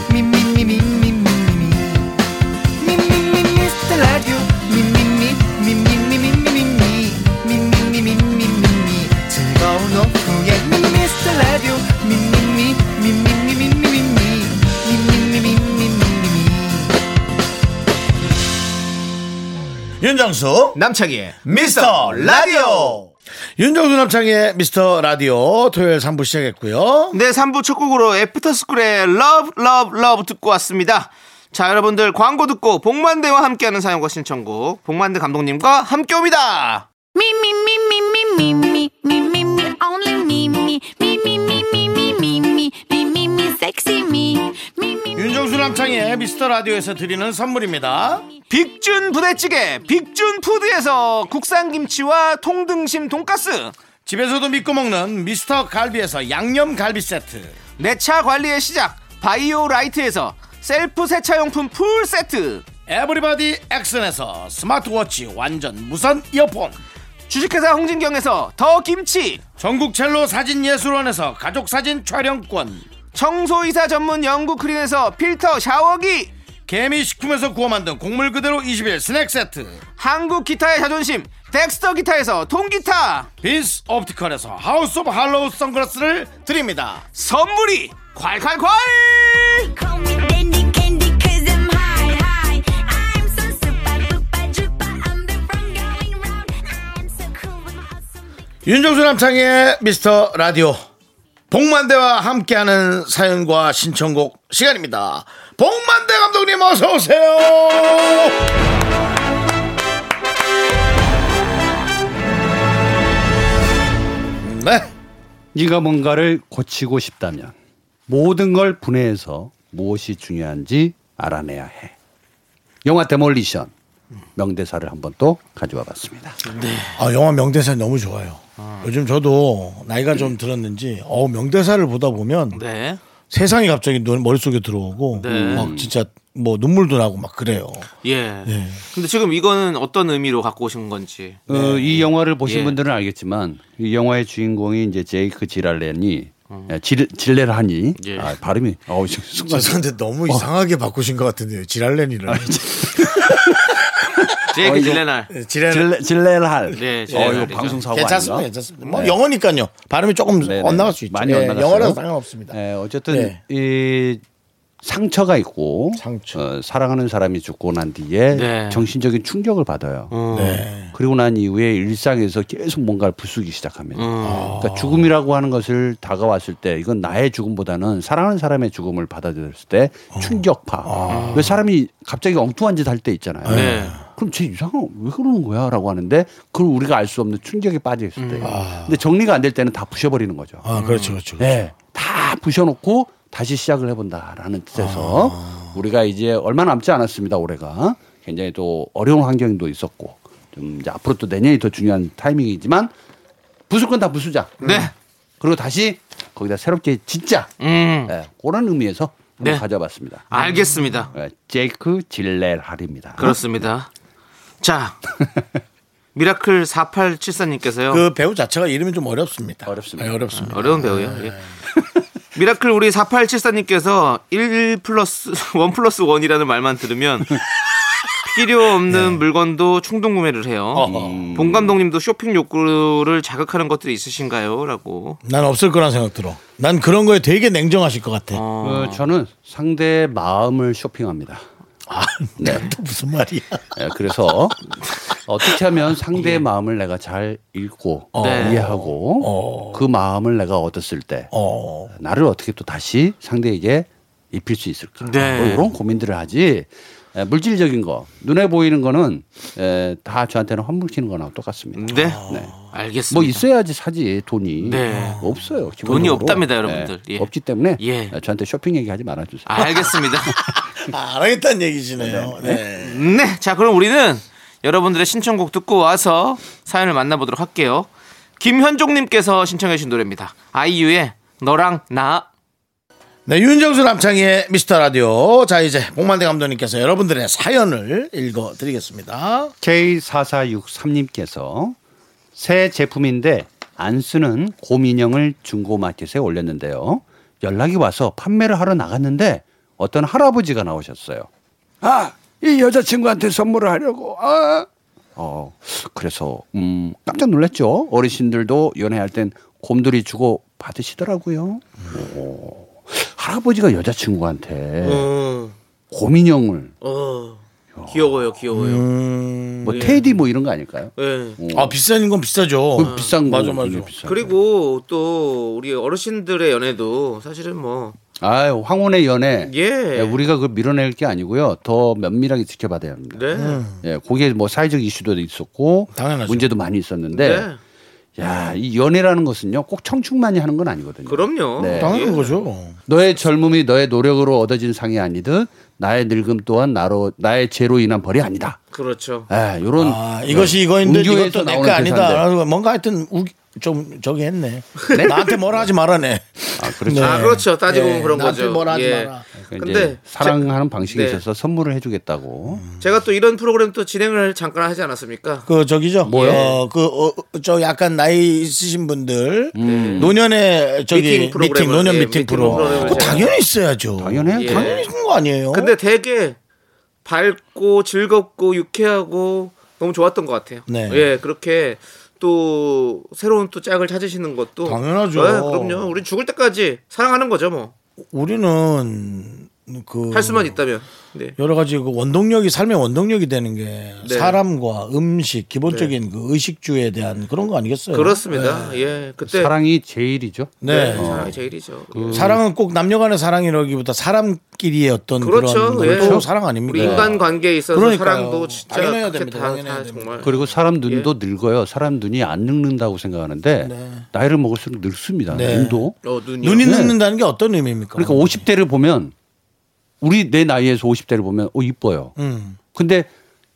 S4: 미미미 미미미
S1: 윤정수
S2: 남창희의
S1: 미스터 라디오 윤정수 남창의 미스터 라디오 토요일 3부 시작했고요.
S2: 네, 3부 첫 곡으로 애프터스쿨의 러브 러브 러브 듣고 왔습니다. 자, 여러분들 광고 듣고 복만대와 함께하는 사연과 신청곡 복만대 감독님과 함께 옵니다.
S3: Me me me me me me me me me me only me me me me me me me me me me me me sexy me me me
S1: 윤정수 남창의 미스터 라디오에서 드리는 선물입니다.
S2: 빅준 부대찌개 빅준 푸드에서 국산 김치와 통등심 돈가스
S1: 집에서도 믿고 먹는 미스터 갈비에서 양념 갈비 세트.
S2: 내 차 관리의 시작 바이오라이트에서 셀프 세차용품 풀 세트
S1: 에브리바디 액션에서 스마트워치 완전 무선 이어폰.
S2: 주식회사 홍진경에서 더 김치
S1: 전국 첼로 사진 예술원에서 가족 사진 촬영권.
S2: 청소이사 전문 영국 크린에서 필터 샤워기
S1: 개미 식품에서 구워 만든 곡물 그대로 20일 스낵 세트.
S2: 한국 기타의 자존심 덱스터 기타에서 통기타
S1: 빈스 옵티컬에서 하우스 오브 할로우 선글라스를 드립니다.
S2: 선물이 콸콸콸
S3: call me dandy candy cause I'm high high I'm so super duper duper I'm the one going round I'm so cool with my awesome big
S1: 윤정수 남창의 미스터 라디오 복만대와 함께하는 사연과 신청곡 시간입니다. 복만대 감독님 어서 오세요. 네.
S5: 네가 뭔가를 고치고 싶다면 모든 걸 분해해서 무엇이 중요한지 알아내야 해. 영화 데몰리션 명대사를 한번 또 가져와 봤습니다.
S1: 아 영화 명대사 너무 좋아요. 요즘 저도 나이가 좀 들었는지 어 명대사를 보다 보면
S2: 네
S1: 세상이 갑자기 눈- 머릿속에 들어오고
S5: 네.
S1: 막 진짜 뭐 눈물도 나고 막 그래요.
S2: 예.
S1: 네.
S2: 근데 지금 이거는 어떤 의미로 갖고 오신 건지.
S5: 어, 이 영화를 보신
S2: 예.
S5: 분들은 알겠지만 이 영화의 주인공이 이제 제이크 지랄렌이 아, 질- 질레라니
S2: 예.
S5: 아, 발음이 어우 (laughs) 지금 순간
S1: 죄송한데 너무 이상하게 바꾸신 것 같은데요. 지랄렌이를.
S5: 아,
S2: 어, 제이크 그 질레날.
S1: 네, 지랄.
S5: 질레, 질레랄.
S2: 네,
S5: 어
S2: 질레랄이죠.
S5: 이거 방송 사고
S1: 괜찮습니다.
S5: 아닌가? 네.
S1: 괜찮습니다. 뭐 영어니까요. 발음이 조금
S5: 네네.
S1: 엇나갈 수 있죠.
S5: 많이
S1: 예,
S5: 엇나갔어요.
S1: 영어라서 상관없습니다.
S5: 예, 어쨌든
S1: 네.
S5: 이 상처가 있고
S1: 상처.
S5: 어, 사랑하는 사람이 죽고 난 뒤에
S2: 네.
S5: 정신적인 충격을 받아요.
S2: 어.
S1: 네.
S5: 그리고 난 이후에 일상에서 계속 뭔가를 부수기 시작합니다. 그러니까 죽음이라고 하는 것을 다가왔을 때 이건 나의 죽음보다는 사랑하는 사람의 죽음을 받아들였을 때 충격파. 왜 사람이 갑자기 엉뚱한 짓 할 때 있잖아요.
S2: 네.
S5: 그럼 쟤 이상한 왜 그러는 거야? 라고 하는데 그걸 우리가 알 수 없는 충격에 빠져있을 때. 근데 정리가 안 될 때는 다 부셔버리는 거죠.
S1: 아, 그렇죠, 그렇죠. 그렇죠.
S5: 네. 다 부셔놓고 다시 시작을 해본다라는 뜻에서
S2: 아.
S5: 우리가 이제 얼마 남지 않았습니다 올해가 굉장히 또 어려운 환경도 있었고 좀 이제 앞으로 또 내년이 더 중요한 타이밍이지만 부술 건 다 부수자.
S2: 네.
S5: 그리고 다시 거기다 새롭게 짓자.
S2: 음.
S5: 네, 그런 의미에서 한번
S2: 네.
S5: 가져봤습니다.
S2: 알겠습니다.
S5: 네, 제이크 질렐 할입니다.
S2: 그렇습니다. (laughs) 자. 미라클 4874님께서요.
S1: 그 배우 자체가 이름이 좀 어렵습니다.
S5: 어렵습니다.
S1: 네, 어렵습니다.
S2: 어려운 배우요. (laughs) 예. 미라클 우리 4874님께서 1 플러스 (laughs) 1 플러스 1이라는 말만 들으면 필요 없는 물건도 충동 구매를 해요. 본 감독님도 쇼핑 욕구를 자극하는 것들이 있으신가요? 라고.
S1: 난 없을 거란 생각 들어. 난 그런 거에 되게 냉정하실 것 같아.
S5: 어, 저는 상대의 마음을 쇼핑합니다.
S1: 아, 네. (laughs) 또 무슨 말이야.
S5: 예, 그래서 어떻게 하면
S2: 예.
S5: 상대의 마음을 내가 잘 읽고
S2: 네.
S5: 이해하고
S2: 어.
S5: 그 마음을 내가 얻었을 때
S1: 어.
S5: 나를 어떻게 또 다시 상대에게 입힐 수 있을까
S2: 네.
S5: 뭐 이런 고민들을 하지 예, 물질적인 거 눈에 보이는 거는 예, 다 저한테는 환불키는 거나 똑같습니다.
S2: 네. 알겠습니다.
S5: 뭐 있어야지 사지 돈이
S2: 네.
S5: 없어요.
S2: 돈이
S5: 기본적으로.
S2: 없답니다, 여러분들.
S5: 예,
S2: 예.
S5: 없기 때문에
S2: 예.
S5: 저한테 쇼핑 얘기하지 말아주세요.
S2: 알겠습니다. (laughs)
S1: 아, 알겠다는 얘기시네요. 네.
S2: 네. 자, 그럼 우리는 여러분들의 신청곡 듣고 와서 사연을 만나보도록 할게요. 김현종님께서 신청해주신 노래입니다. 아이유의 너랑 나.
S1: 네, 윤정수 남창희의 미스터 라디오. 자, 이제 복만대 감독님께서 여러분들의 사연을 읽어드리겠습니다.
S5: K4463님께서 새 제품인데 안 쓰는 곰인형을 중고마켓에 올렸는데요. 연락이 와서 판매를 하러 나갔는데 어떤 할아버지가 나오셨어요. 아, 이 여자친구한테 선물을 하려고. 아. 어, 그래서 음, 깜짝 놀랐죠. 어르신들도 연애할 땐 곰돌이 주고 받으시더라고요. 오, 할아버지가 여자친구한테
S2: 어.
S5: 곰인형을
S2: 귀여워요, 귀여워요.
S5: 뭐 테디 뭐 이런 거 아닐까요?
S2: 예.
S1: 음. 아, 비싼 건 비싸죠.
S5: 그 비싼 거.
S1: 어, 맞아, 맞아.
S5: 비싼 거.
S2: 그리고 또 우리 어르신들의 연애도 사실은 뭐
S5: 아유, 황혼의 연애.
S2: 예.
S5: 우리가 그 밀어낼 게 아니고요. 더 면밀하게 지켜봐야 합니다.
S2: 네.
S5: 예, 그게 뭐 사회적 이슈도 있었고
S1: 당연하죠.
S5: 문제도 많이 있었는데
S2: 네.
S5: 야, 이 연애라는 것은요. 꼭 청춘만이 하는 건 아니거든요.
S2: 그럼요. 예,
S5: 네.
S1: 당연히 그거죠.
S5: 너의 젊음이 너의 노력으로 얻어진 상이 아니듯 나의 늙음 또한 나로 나의 죄로 인한 벌이 아니다.
S2: 그렇죠.
S5: 예, 요런
S1: 아, 이것이 이거인데
S5: 운교에서
S1: 이것도 내
S5: 나오는
S1: 거 아니다.
S5: 대사인데.
S1: 라고 뭔가 하여튼 우, 좀 저기
S5: (laughs)
S1: 했네. 나한테 뭐라 하지 말아네. 네.
S5: 아, 그렇죠.
S2: 아, 그렇죠. 따지고 보면 그런
S1: 나한테
S2: 거죠.
S1: 뭐라 하지
S2: 예.
S1: 마라.
S5: 그러니까
S2: 근데
S5: 이제 사랑하는 방식에
S2: 네.
S5: 있어서 선물을 해주겠다고.
S1: 음.
S2: 제가 또 이런 프로그램 또 진행을 잠깐 하지 않았습니까?
S1: 그 저기죠. 뭐요? 어, 그저 약간 나이 있으신 분들
S5: 음.
S1: 노년의 저기
S2: 음. 미팅
S1: 미팅,
S2: 프로그램을,
S1: 노년
S2: 예,
S1: 미팅
S2: 미팅
S1: 프로.
S2: 프로그램을
S1: 그
S2: 제가.
S1: 당연히 있어야죠.
S5: 당연해요.
S2: 예.
S1: 당연히 있는 거 아니에요.
S2: 근데 되게 밝고 즐겁고 유쾌하고 너무 좋았던 것 같아요.
S1: 네.
S2: 예, 그렇게 또 새로운 또 짝을 찾으시는 것도
S1: 당연하죠.
S2: 예, 그럼요. 우리 죽을 때까지 사랑하는 거죠, 뭐.
S1: 우리는 그
S2: 할 수만 있다면. 네.
S1: 여러 가지 그 원동력이 삶의 원동력이 되는 게
S2: 네.
S1: 사람과 음식 기본적인 그 의식주에 대한 그런 거 아니겠어요?
S2: 그렇습니다. 예. 그때
S5: 사랑이 제일이죠.
S1: 네.
S2: 네, 음. 사랑이 제일이죠.
S1: 그 사랑은 꼭 남녀간의 사랑이라기보다 사람끼리의 어떤 그런
S2: 그렇죠. 예.
S1: 사랑 아닙니까?
S2: 우리 인간 관계에 있어서
S1: 그러니까요.
S2: 사랑도 진짜
S1: 당연해야
S2: 그렇게
S1: 됩니다.
S2: 다,
S1: 당연해야
S2: 다
S1: 됩니다.
S2: 정말
S5: 그리고 사람 눈도
S1: 예.
S5: 늙어요. 사람 눈이 안 늙는다고 생각하는데 나이를 먹을수록 늙습니다.
S1: 네.
S5: 눈도.
S2: 어, 눈이
S1: 눈이
S5: 네.
S1: 늦는다는 게 어떤 의미입니까?
S5: 그러니까 50대를 보면 우리 내 나이에서 50대를 보면 어 이뻐요.
S1: 음.
S5: 근데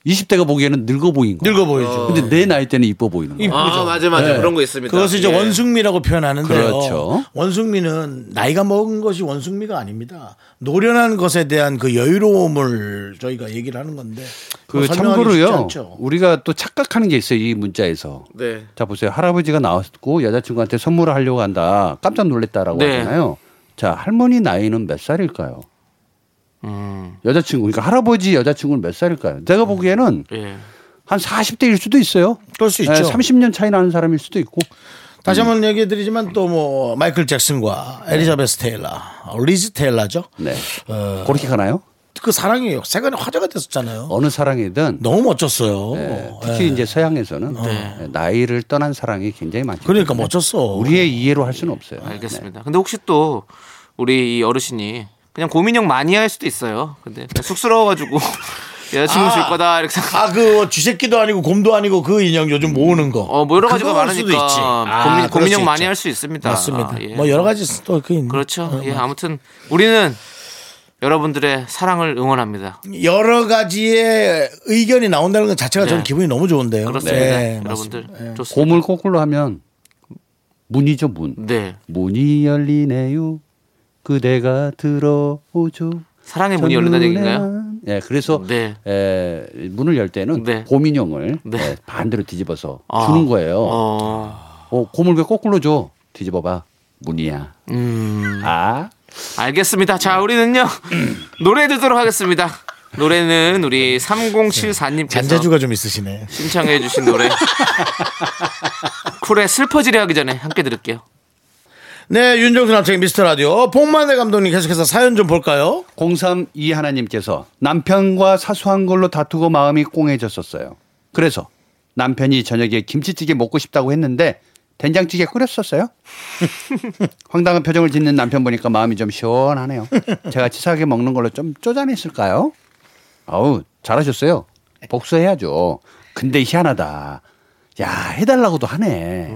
S5: 20대가 보기에는 늙어 보인 거.
S1: 늙어 보이죠.
S5: 근데 내 나이 때는 이뻐 보이는 거.
S2: 아, 맞아 맞아. 그런 거 있습니다.
S1: 네. 그것을 이제
S2: 예.
S1: 원숭미라고 표현하는데요.
S5: 그렇죠.
S1: 원숭미는 나이가 먹은 것이 원숭미가 아닙니다. 노련한 것에 대한 그 여유로움을 저희가 얘기를 하는 건데.
S5: 그
S1: 뭐 설명하기 쉽지
S5: 참고로요.
S1: 않죠.
S5: 우리가 또 착각하는 게 있어요. 이 문자에서.
S2: 네.
S5: 자 보세요. 할아버지가 나왔고 여자친구한테 선물을 하려고 한다. 깜짝 놀랬다라고
S2: 네.
S5: 하잖아요. 자 할머니 나이는 몇 살일까요?
S1: 음.
S5: 여자친구 그러니까 할아버지 여자친구는 몇 살일까요? 내가 보기에는
S2: 예.
S5: 한 40대일 수도 있어요.
S1: 그럴 수 있죠.
S5: 30년 차이 나는 사람일 수도 있고.
S1: 다시 한번 얘기해 드리지만 또 뭐 마이클 잭슨과 에리자베스 테일러, 리즈 테일러죠. 어.
S5: 네. 그렇게 가나요?
S1: 그 사랑이 세간에 화제가 됐었잖아요.
S5: 어느 사랑이든
S1: 너무 멋졌어요.
S2: 네.
S5: 예,
S1: 예.
S5: 특히 이제 서양에서는 예, 나이를 떠난 사랑이 굉장히 많죠.
S1: 그러니까 멋졌어.
S5: 우리의 이해로 할 수는 없어요. 네.
S2: 알겠습니다. 근데 혹시 또 우리 이 어르신이 그냥 고민형 마니아일 수도 있어요. 근데 그냥 쑥스러워가지고 (laughs) 여자친구 줄 거다 이렇게 생각.
S1: 아 그 쥐새끼도 아니고 곰도 아니고 그 인형 요즘 모으는 거.
S2: 어, 뭐 여러 가지가
S1: 그거 할 수도
S2: 많으니까
S1: 있지. 아,
S2: 고민,
S1: 그럴
S2: 고민형
S1: 수
S2: 많이
S1: 있죠.
S2: 할 수 있습니다.
S1: 맞습니다.
S2: 아, 예.
S1: 뭐 여러 가지 음, 또그 있는.
S2: 그렇죠. 예, 아무튼 우리는 여러분들의 사랑을 응원합니다.
S1: 네, 여러 가지의 의견이 나온다는 것 자체가
S2: 네.
S1: 저는 기분이 너무 좋은데요.
S2: 그렇습니다.
S1: 네,
S2: 여러분들
S1: 맞습니다.
S2: 좋습니다.
S5: 고물 거꾸로 하면 문이죠 문.
S2: 네,
S5: 문이 열리네요. 그대가 들어오죠.
S2: 사랑의 문이 열린다는 얘기인가요?
S5: 예, 그래서
S2: 네.
S5: 에, 문을 열 때는
S2: 네.
S5: 고민형을
S2: 네.
S5: 예, 반대로 뒤집어서
S2: 아.
S5: 주는 거예요. 어.
S2: 어,
S5: 고물 왜 거꾸로 줘? 뒤집어봐. 문이야.
S2: 음,
S5: 아,
S2: 알겠습니다. 자, 우리는요 노래 듣도록 하겠습니다. 노래는 우리 3074님께서
S1: 잔재주가 좀 있으시네.
S2: 신청해 주신 노래 쿨의 슬퍼지려 하기 전에 함께 들을게요
S1: 네, 윤정수 남창의 미스터 라디오 복만대 감독님 계속해서 사연 좀 볼까요?
S5: 032 하나님께서 남편과 사소한 걸로 다투고 마음이 꽁해졌었어요. 그래서 남편이 저녁에 김치찌개 먹고 싶다고 했는데 된장찌개 끓였었어요. (laughs) 황당한 표정을 짓는 남편 보니까 마음이 좀 시원하네요. 제가 치사하게 먹는 걸로 좀 쪼잔했을까요? 아우 잘하셨어요. 복수해야죠. 근데 희한하다. 야 해달라고도 하네.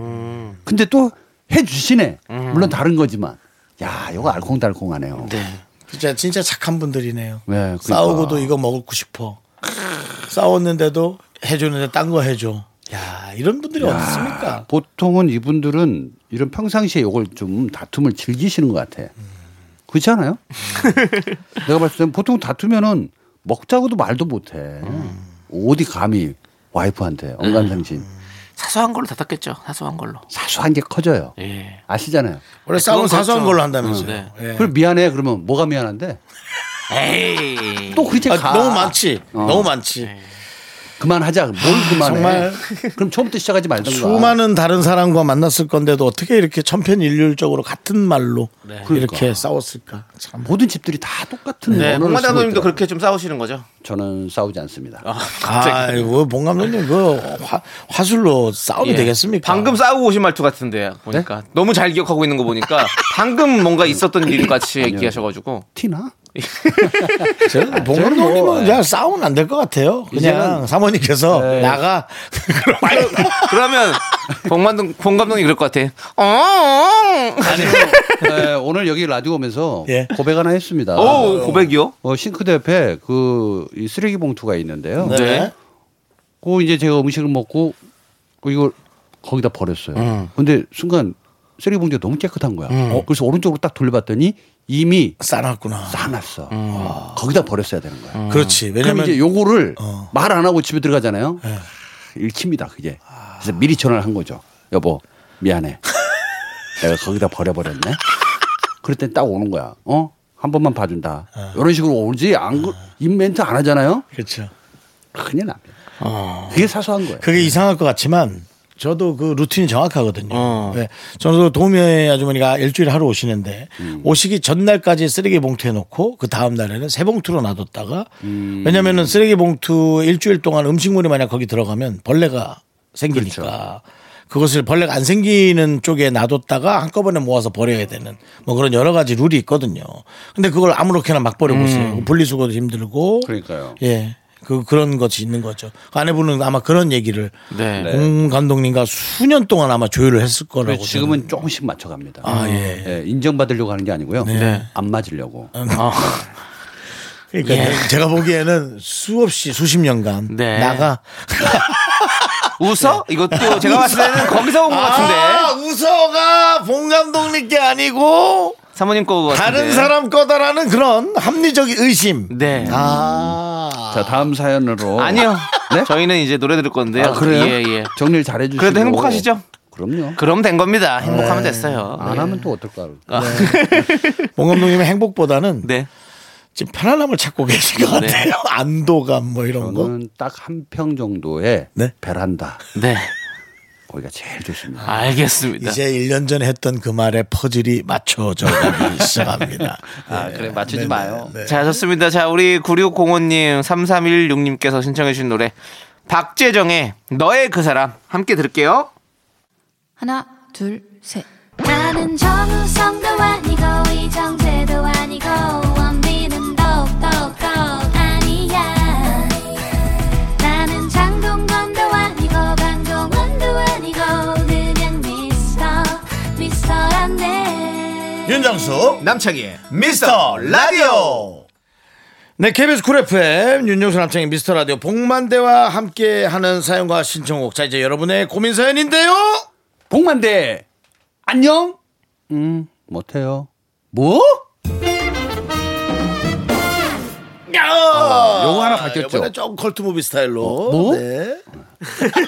S5: 근데 또 해주시네. 물론 다른 거지만. 야 이거 알콩달콩하네요.
S1: 진짜 진짜 착한 분들이네요.
S5: 네, 그러니까.
S1: 싸우고도 이거 먹고 싶어. 싸웠는데도 해주는데 딴 거 해줘. 야 이런 분들이 어딨습니까?
S5: 아, 보통은 이분들은 이런 평상시에 요걸 좀 다툼을 즐기시는 것 같아. 그렇지 않아요?
S1: 음.
S5: 내가 봤을 땐 보통 다투면은 먹자고도 말도 못해.
S1: 음.
S5: 어디 감히 와이프한테 언감상신
S2: 사소한 걸로 다 닦겠죠 사소한 걸로
S5: 사소한 게 커져요.
S2: 예.
S5: 아시잖아요.
S1: 원래 싸움 은
S2: 그건
S1: 사소한
S2: 그렇죠.
S1: 걸로 한다면서요.
S2: 네.
S1: 예.
S5: 그럼 미안해 그러면 뭐가 미안한데
S2: 에이
S5: 또 그렇게
S1: 아,
S5: 가.
S1: 너무 많지.
S5: 어.
S1: 너무
S2: 네.
S1: 많지.
S5: 그만하자. 뭘 그만해?
S1: 아, 정말.
S5: 그럼 처음부터 시작하지 말던가.
S1: 수많은 다른 사람과 만났을 건데도 어떻게 이렇게 천편일률적으로 같은 말로 이렇게
S5: 그러니까.
S1: 싸웠을까? 참.
S5: 모든 집들이 다 똑같은
S2: 네,
S5: 언어를
S2: 홍마다
S5: 쓰고
S2: 님도
S5: 있더라고요.
S2: 그렇게 좀 싸우시는 거죠
S5: 저는 싸우지 않습니다.
S1: 아. 아이고 봉 감독님 그 화, 화술로 싸우면
S2: 예.
S1: 되겠습니까? 네?
S2: 방금 싸우고 오신 말투 같은데 보니까 너무 잘 기억하고 있는 거 보니까 방금
S1: (laughs)
S2: 뭔가 있었던 일 같이 얘기하셔가지고
S5: 티나?
S1: 저는 봉
S5: 저는
S1: 감독님은
S5: 뭐,
S1: 그냥 싸우면 안 될 것 같아요. 그냥
S5: 이제는- 네.
S1: 사모님께서 나가 그럼 빨리
S2: 그러면 봉만동 봉 감독님 그럴 것 같아 어
S5: 아니, 예, 오늘 여기 라디오 오면서
S1: 예.
S5: 고백 하나 했습니다.
S2: 오, 어, 고백이요
S5: 어, 싱크대 옆에 그, 이 쓰레기 봉투가 있는데요.
S1: 네.
S2: 네.
S5: 그 이제 제가 음식을 먹고 그 이걸 거기다 버렸어요. 근데 순간 쓰레기 봉투가 너무 깨끗한 거야. 어, 그래서 오른쪽으로 딱 돌려봤더니 이미
S1: 음. 싸놨구나.
S5: 싸놨어. 어, 거기다 버렸어야 되는 거야.
S1: 그렇지.
S5: 그럼
S1: 왜냐면
S5: 이제 요거를
S1: 어.
S5: 말 안 하고 집에 들어가잖아요.
S2: 예.
S5: 하, 읽힙니다 그게. 그래서 미리 전화를 한 거죠. 여보
S2: (laughs)
S5: 미안해. 내가 거기다 버려버렸네. 그랬더니 딱 오는 거야. 어? 한 번만 봐준다.
S2: 예.
S5: 이런 식으로 오지 안 그- 인멘트 안 하잖아요.
S1: 그렇죠.
S5: 큰일 납니다.
S2: 아.
S5: 그게 사소한 거예요. 네.
S1: 그게 이상할 것 같지만 저도 그 루틴이 정확하거든요.
S5: 어.
S1: 네. 저도 도우미 아주머니가 일주일에 하루 오시는데
S5: 음.
S1: 오시기 전날까지 쓰레기 봉투에 놓고 그 다음 날에는 새 봉투로 놔뒀다가
S5: 음.
S1: 왜냐면은 쓰레기 봉투 일주일 동안 음식물이 만약 거기 들어가면 벌레가
S5: 그렇죠.
S1: 생기니까 그것을 벌레가 안 생기는 쪽에 놔뒀다가 한꺼번에 모아서 버려야 되는 뭐 그런 여러 가지 룰이 있거든요. 근데 그걸 아무렇게나 막 버려보세요. 분리수거도 힘들고
S5: 음. 그러니까요.
S1: 예. 그 그런 것이 있는 거죠. 아내분은 아마 그런 얘기를
S2: 네.
S1: 공 감독님과 수년 동안 아마 조율을 했을 거라고
S2: 그렇죠.
S5: 그래서 지금은 조금씩 맞춰갑니다.
S1: 아, 예.
S5: 예, 인정받으려고 하는 게 아니고요.
S1: 네.
S5: 안 맞으려고.
S2: 아.
S1: 저는. 그러니까 (laughs) 제가 보기에는 수없이 수십 년간
S2: 예. 네.
S1: 나가
S2: 웃어 이것도 제가 봤을 때는 거기서 온 것 같은데
S1: 네. 아, 우서가 봉 감독님 게 아니고
S2: 사모님 거 같은데
S1: 다른 사람 거다라는 그런 합리적인 의심.
S2: 네
S1: 아.
S5: 자 다음 사연으로
S2: 아니요.
S5: 네?
S2: 저희는 이제 노래 들을 건데요.
S5: 아, 그래요?
S2: 예, 예.
S5: 정리를 잘해주시고
S2: 그래도 행복하시죠? 아, 예.
S5: 그럼요.
S2: 그럼 된 겁니다. 행복하면 됐어요.
S5: 안 하면 또 어떨까요?
S1: 봉 감독님의 행복보다는
S2: 네.
S1: 지금 편안함을 찾고 계신 것
S2: 네.
S1: 같아요. (laughs) 안도감 뭐 이런 거.
S5: 저는 딱 한 평 정도의
S1: 네.
S5: 베란다
S2: 네.
S5: 거기가 제일
S1: 아,
S5: 좋습니다.
S2: 알겠습니다.
S1: 이제 1년 전에 했던 그 말에 퍼즐이 맞춰져
S5: (laughs)
S1: 가기 시작합니다.
S2: 아,
S1: 네.
S2: 그래 맞추지
S1: 네,
S2: 마요.
S1: 네, 네.
S2: 자, 좋습니다. 자, 우리 9605님, 3316님께서 신청해 주신 노래 박재정의 너의 그 사람 함께 들을게요.
S6: 하나, 둘, 셋.
S3: 나는 정우성도 아니고 이정재도 아니고 원빈은 더욱더 아니야 나는 장동건도 아니고 강동원도 아니고 그냥 미스터 미스터란데
S1: 윤정수
S2: 남창희의
S1: 미스터 라디오. 네, KBS 쿨 FM 윤정수 남창의 미스터 라디오 복만대와 함께하는 사연과 신청곡. 자 이제 여러분의 고민 사연인데요.
S5: 복만대 안녕? 음 못해요. 뭐?
S1: 아,
S5: 요거 하나 바뀌었죠?
S1: 이번에 좀 컬트 무비 스타일로.
S5: 뭐?
S1: 네. (laughs)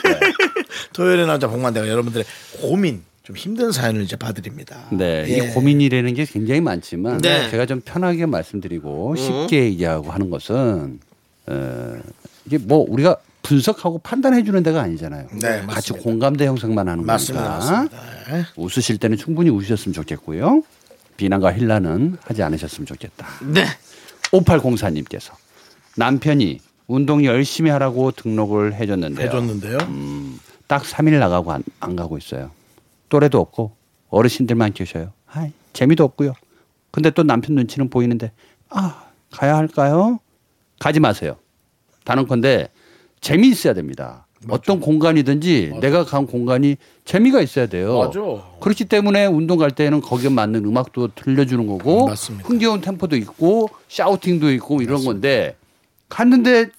S1: 토요일의 남자 복만대가 여러분들의 고민 좀 힘든 사연을 이제 봐드립니다.
S5: 네,
S1: 예.
S5: 이 고민이라는 게 굉장히 많지만
S2: 네.
S5: 제가 좀 편하게
S1: 음.
S5: 말씀드리고 쉽게 얘기하고 하는 것은 어, 이게 뭐 우리가 분석하고 판단해 주는 데가 아니잖아요.
S1: 네,
S5: 같이
S1: 맞습니다.
S5: 공감대 형성만 하는
S1: 맞습니다,
S5: 거니까
S1: 맞습니다. 예.
S5: 웃으실 때는 충분히 웃으셨으면 좋겠고요. 비난과 힐난은 하지 않으셨으면 좋겠다.
S2: 네.
S5: 5804님께서 남편이 운동 열심히 하라고 등록을 해줬는데요.
S1: 해줬는데요.
S5: 딱 3일 나가고 안, 안 가고 있어요. 또래도 없고 어르신들만 계셔요. 아이, 재미도 없고요. 근데 또 남편 눈치는 보이는데 아 가야 할까요? 가지 마세요. 단언컨대 재미 있어야 됩니다. 어떤 공간이든지 내가 간 공간이 재미가 있어야 돼요.
S1: 맞아.
S5: 그렇기 때문에 운동 갈 때는 거기에 맞는 음악도 들려주는 거고
S1: 맞습니다.
S5: 흥겨운 템포도 있고 샤우팅도 있고 이런 건데 갔는데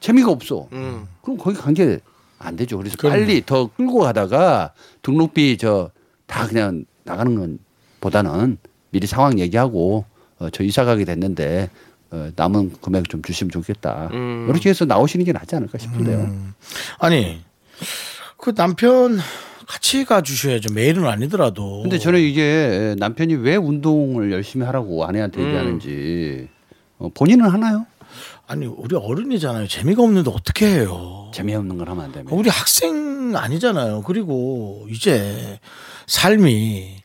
S5: 재미가 없어.
S1: 음.
S5: 그럼 거기 간 게 안 되죠. 그래서 빨리 더 끌고 가다가 등록비 저 다 그냥 나가는 건 보다는 미리 상황 얘기하고 어, 저 이사 가게 됐는데 어, 남은 금액 좀 주시면 좋겠다.
S1: 음.
S5: 이렇게 해서 나오시는 게 낫지 않을까 싶은데요.
S1: 아니 그 남편 같이 가 주셔야죠. 매일은 아니더라도.
S5: 근데 저는 이게 남편이 왜 운동을 열심히 하라고 아내한테 얘기하는지 어, 본인은 하나요?
S1: 아니 우리 어른이잖아요. 재미가 없는데 어떻게 해요? 그
S5: 재미없는 걸 하면 안 됩니다.
S1: 우리 학생 아니잖아요. 그리고 이제 삶이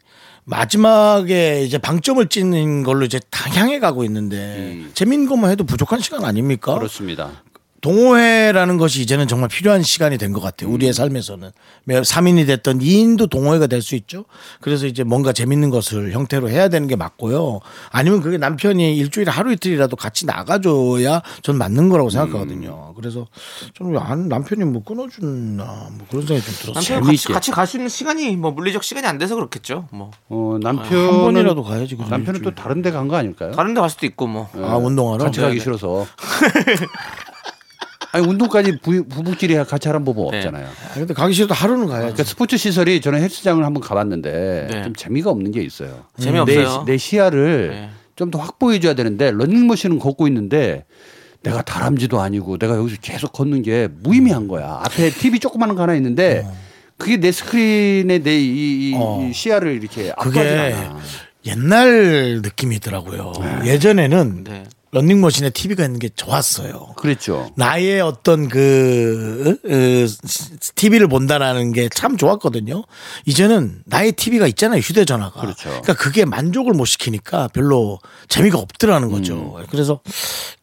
S1: 마지막에 이제 방점을 찍는 걸로 이제 다 향해 가고 있는데 재밌는 것만 해도 부족한 시간 아닙니까?
S5: 음. 그렇죠. 그렇습니다.
S1: 동호회라는 것이 이제는 정말 필요한 시간이 된 것 같아요.
S5: 음.
S1: 우리의 삶에서는. 3인이 됐던 2인도 동호회가 될 수 있죠. 그래서 이제 뭔가 재밌는 것을 형태로 해야 되는 게 맞고요. 아니면 그게 남편이 일주일에 하루 이틀이라도 같이 나가줘야 전 맞는 거라고
S5: 음.
S1: 생각하거든요. 그래서 저는 왜안 남편이 뭐 끊어주나 뭐 그런 생각이 좀 들었어요.
S2: 남편 같이
S5: 재미있게.
S2: 같이 갈 수 있는 시간이 뭐 물리적 시간이 안 돼서 그렇겠죠. 뭐
S5: 어,
S1: 아, 한
S5: 남편은 아,
S1: 번이라도 가야지. 그래도
S5: 남편은 또 다른 데 간 거 아닐까요?
S2: 다른 데 갈 수도 있고 뭐.
S1: 음. 아, 운동하러?
S5: 같이 가기
S1: 네. (laughs)
S5: 싫어서. 아니 운동까지 부, 부부끼리 같이 하는 법은 없잖아요.
S1: 아, 근데 가기 싫어도 하루는 가야지.
S5: 그러니까 스포츠 시설이 저는 헬스장을 한번 가봤는데
S2: 네.
S5: 좀 재미가 없는 게 있어요.
S2: 재미없어요.
S5: 내, 내 시야를
S2: 네.
S5: 좀 더 확보해 줘야 되는데 런닝머신은 걷고 있는데 내가 다람쥐도 아니고 내가 여기서 계속 걷는 게 무의미한 거야. 앞에 TV 조그마한 거 하나 있는데 그게 내 스크린에 내 이, 이- 이
S1: 어.
S5: 시야를 이렇게 압도하지
S1: 그게
S5: 않아.
S1: 옛날 느낌이더라고요. 예전에는
S2: 네.
S1: 런닝머신에 TV가 있는 게 좋았어요.
S5: 그랬죠.
S1: 나의 어떤 그, 어, TV를 본다라는 게 참 좋았거든요. 이제는 나의 TV가 있잖아요. 휴대전화가.
S5: 그렇죠.
S1: 러니까 그게 만족을 못 시키니까 별로 재미가 없더라는 거죠.
S5: 음.
S1: 그래서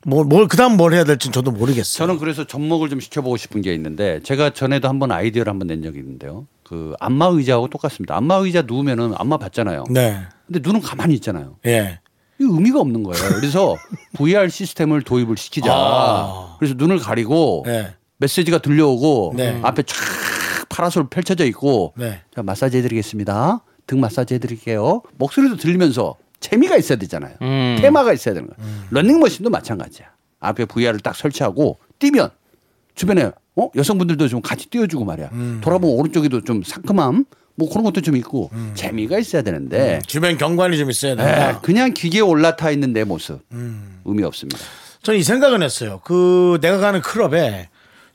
S1: 뭘, 뭘, 그 다음 뭘 해야 될지 는 저도 모르겠어요.
S5: 저는 그래서 접목을 좀 시켜보고 싶은 게 있는데 제가 전에도 한번 아이디어를 한번 낸 적이 있는데요. 그 안마 의자하고 똑같습니다. 안마 의자 누우면은 안마 받잖아요.
S1: 네.
S5: 근데 눈은 가만히 있잖아요.
S1: 예.
S5: 이 의미가 없는
S1: (laughs)
S5: 거예요. 그래서 VR 시스템을 도입을 시키자. 그래서 눈을 가리고
S1: 아. 네.
S5: 메시지가 들려오고
S1: 네.
S5: 앞에 쫙 파라솔 펼쳐져 있고
S1: 네.
S5: 자, 마사지 해드리겠습니다. 등 마사지 해드릴게요. 목소리도 들리면서 재미가 있어야 되잖아요.
S1: 음.
S5: 테마가 있어야 되는 거예요. 런닝머신도 마찬가지야. 앞에 VR을 딱 설치하고 뛰면 주변에 어? 여성분들도 좀 같이 뛰어주고 말이야.
S1: 음.
S5: 돌아보면 오른쪽에도 좀 상큼함 뭐 그런 것도 좀 있고
S1: 음.
S5: 재미가 있어야 되는데
S1: 주변 경관이 좀 있어야 된다.
S2: 아.
S5: 네, 그냥 기계에 올라타 있는 내 모습
S1: 음.
S5: 의미 없습니다.
S1: 저는 이 생각은 했어요. 그 내가 가는 클럽에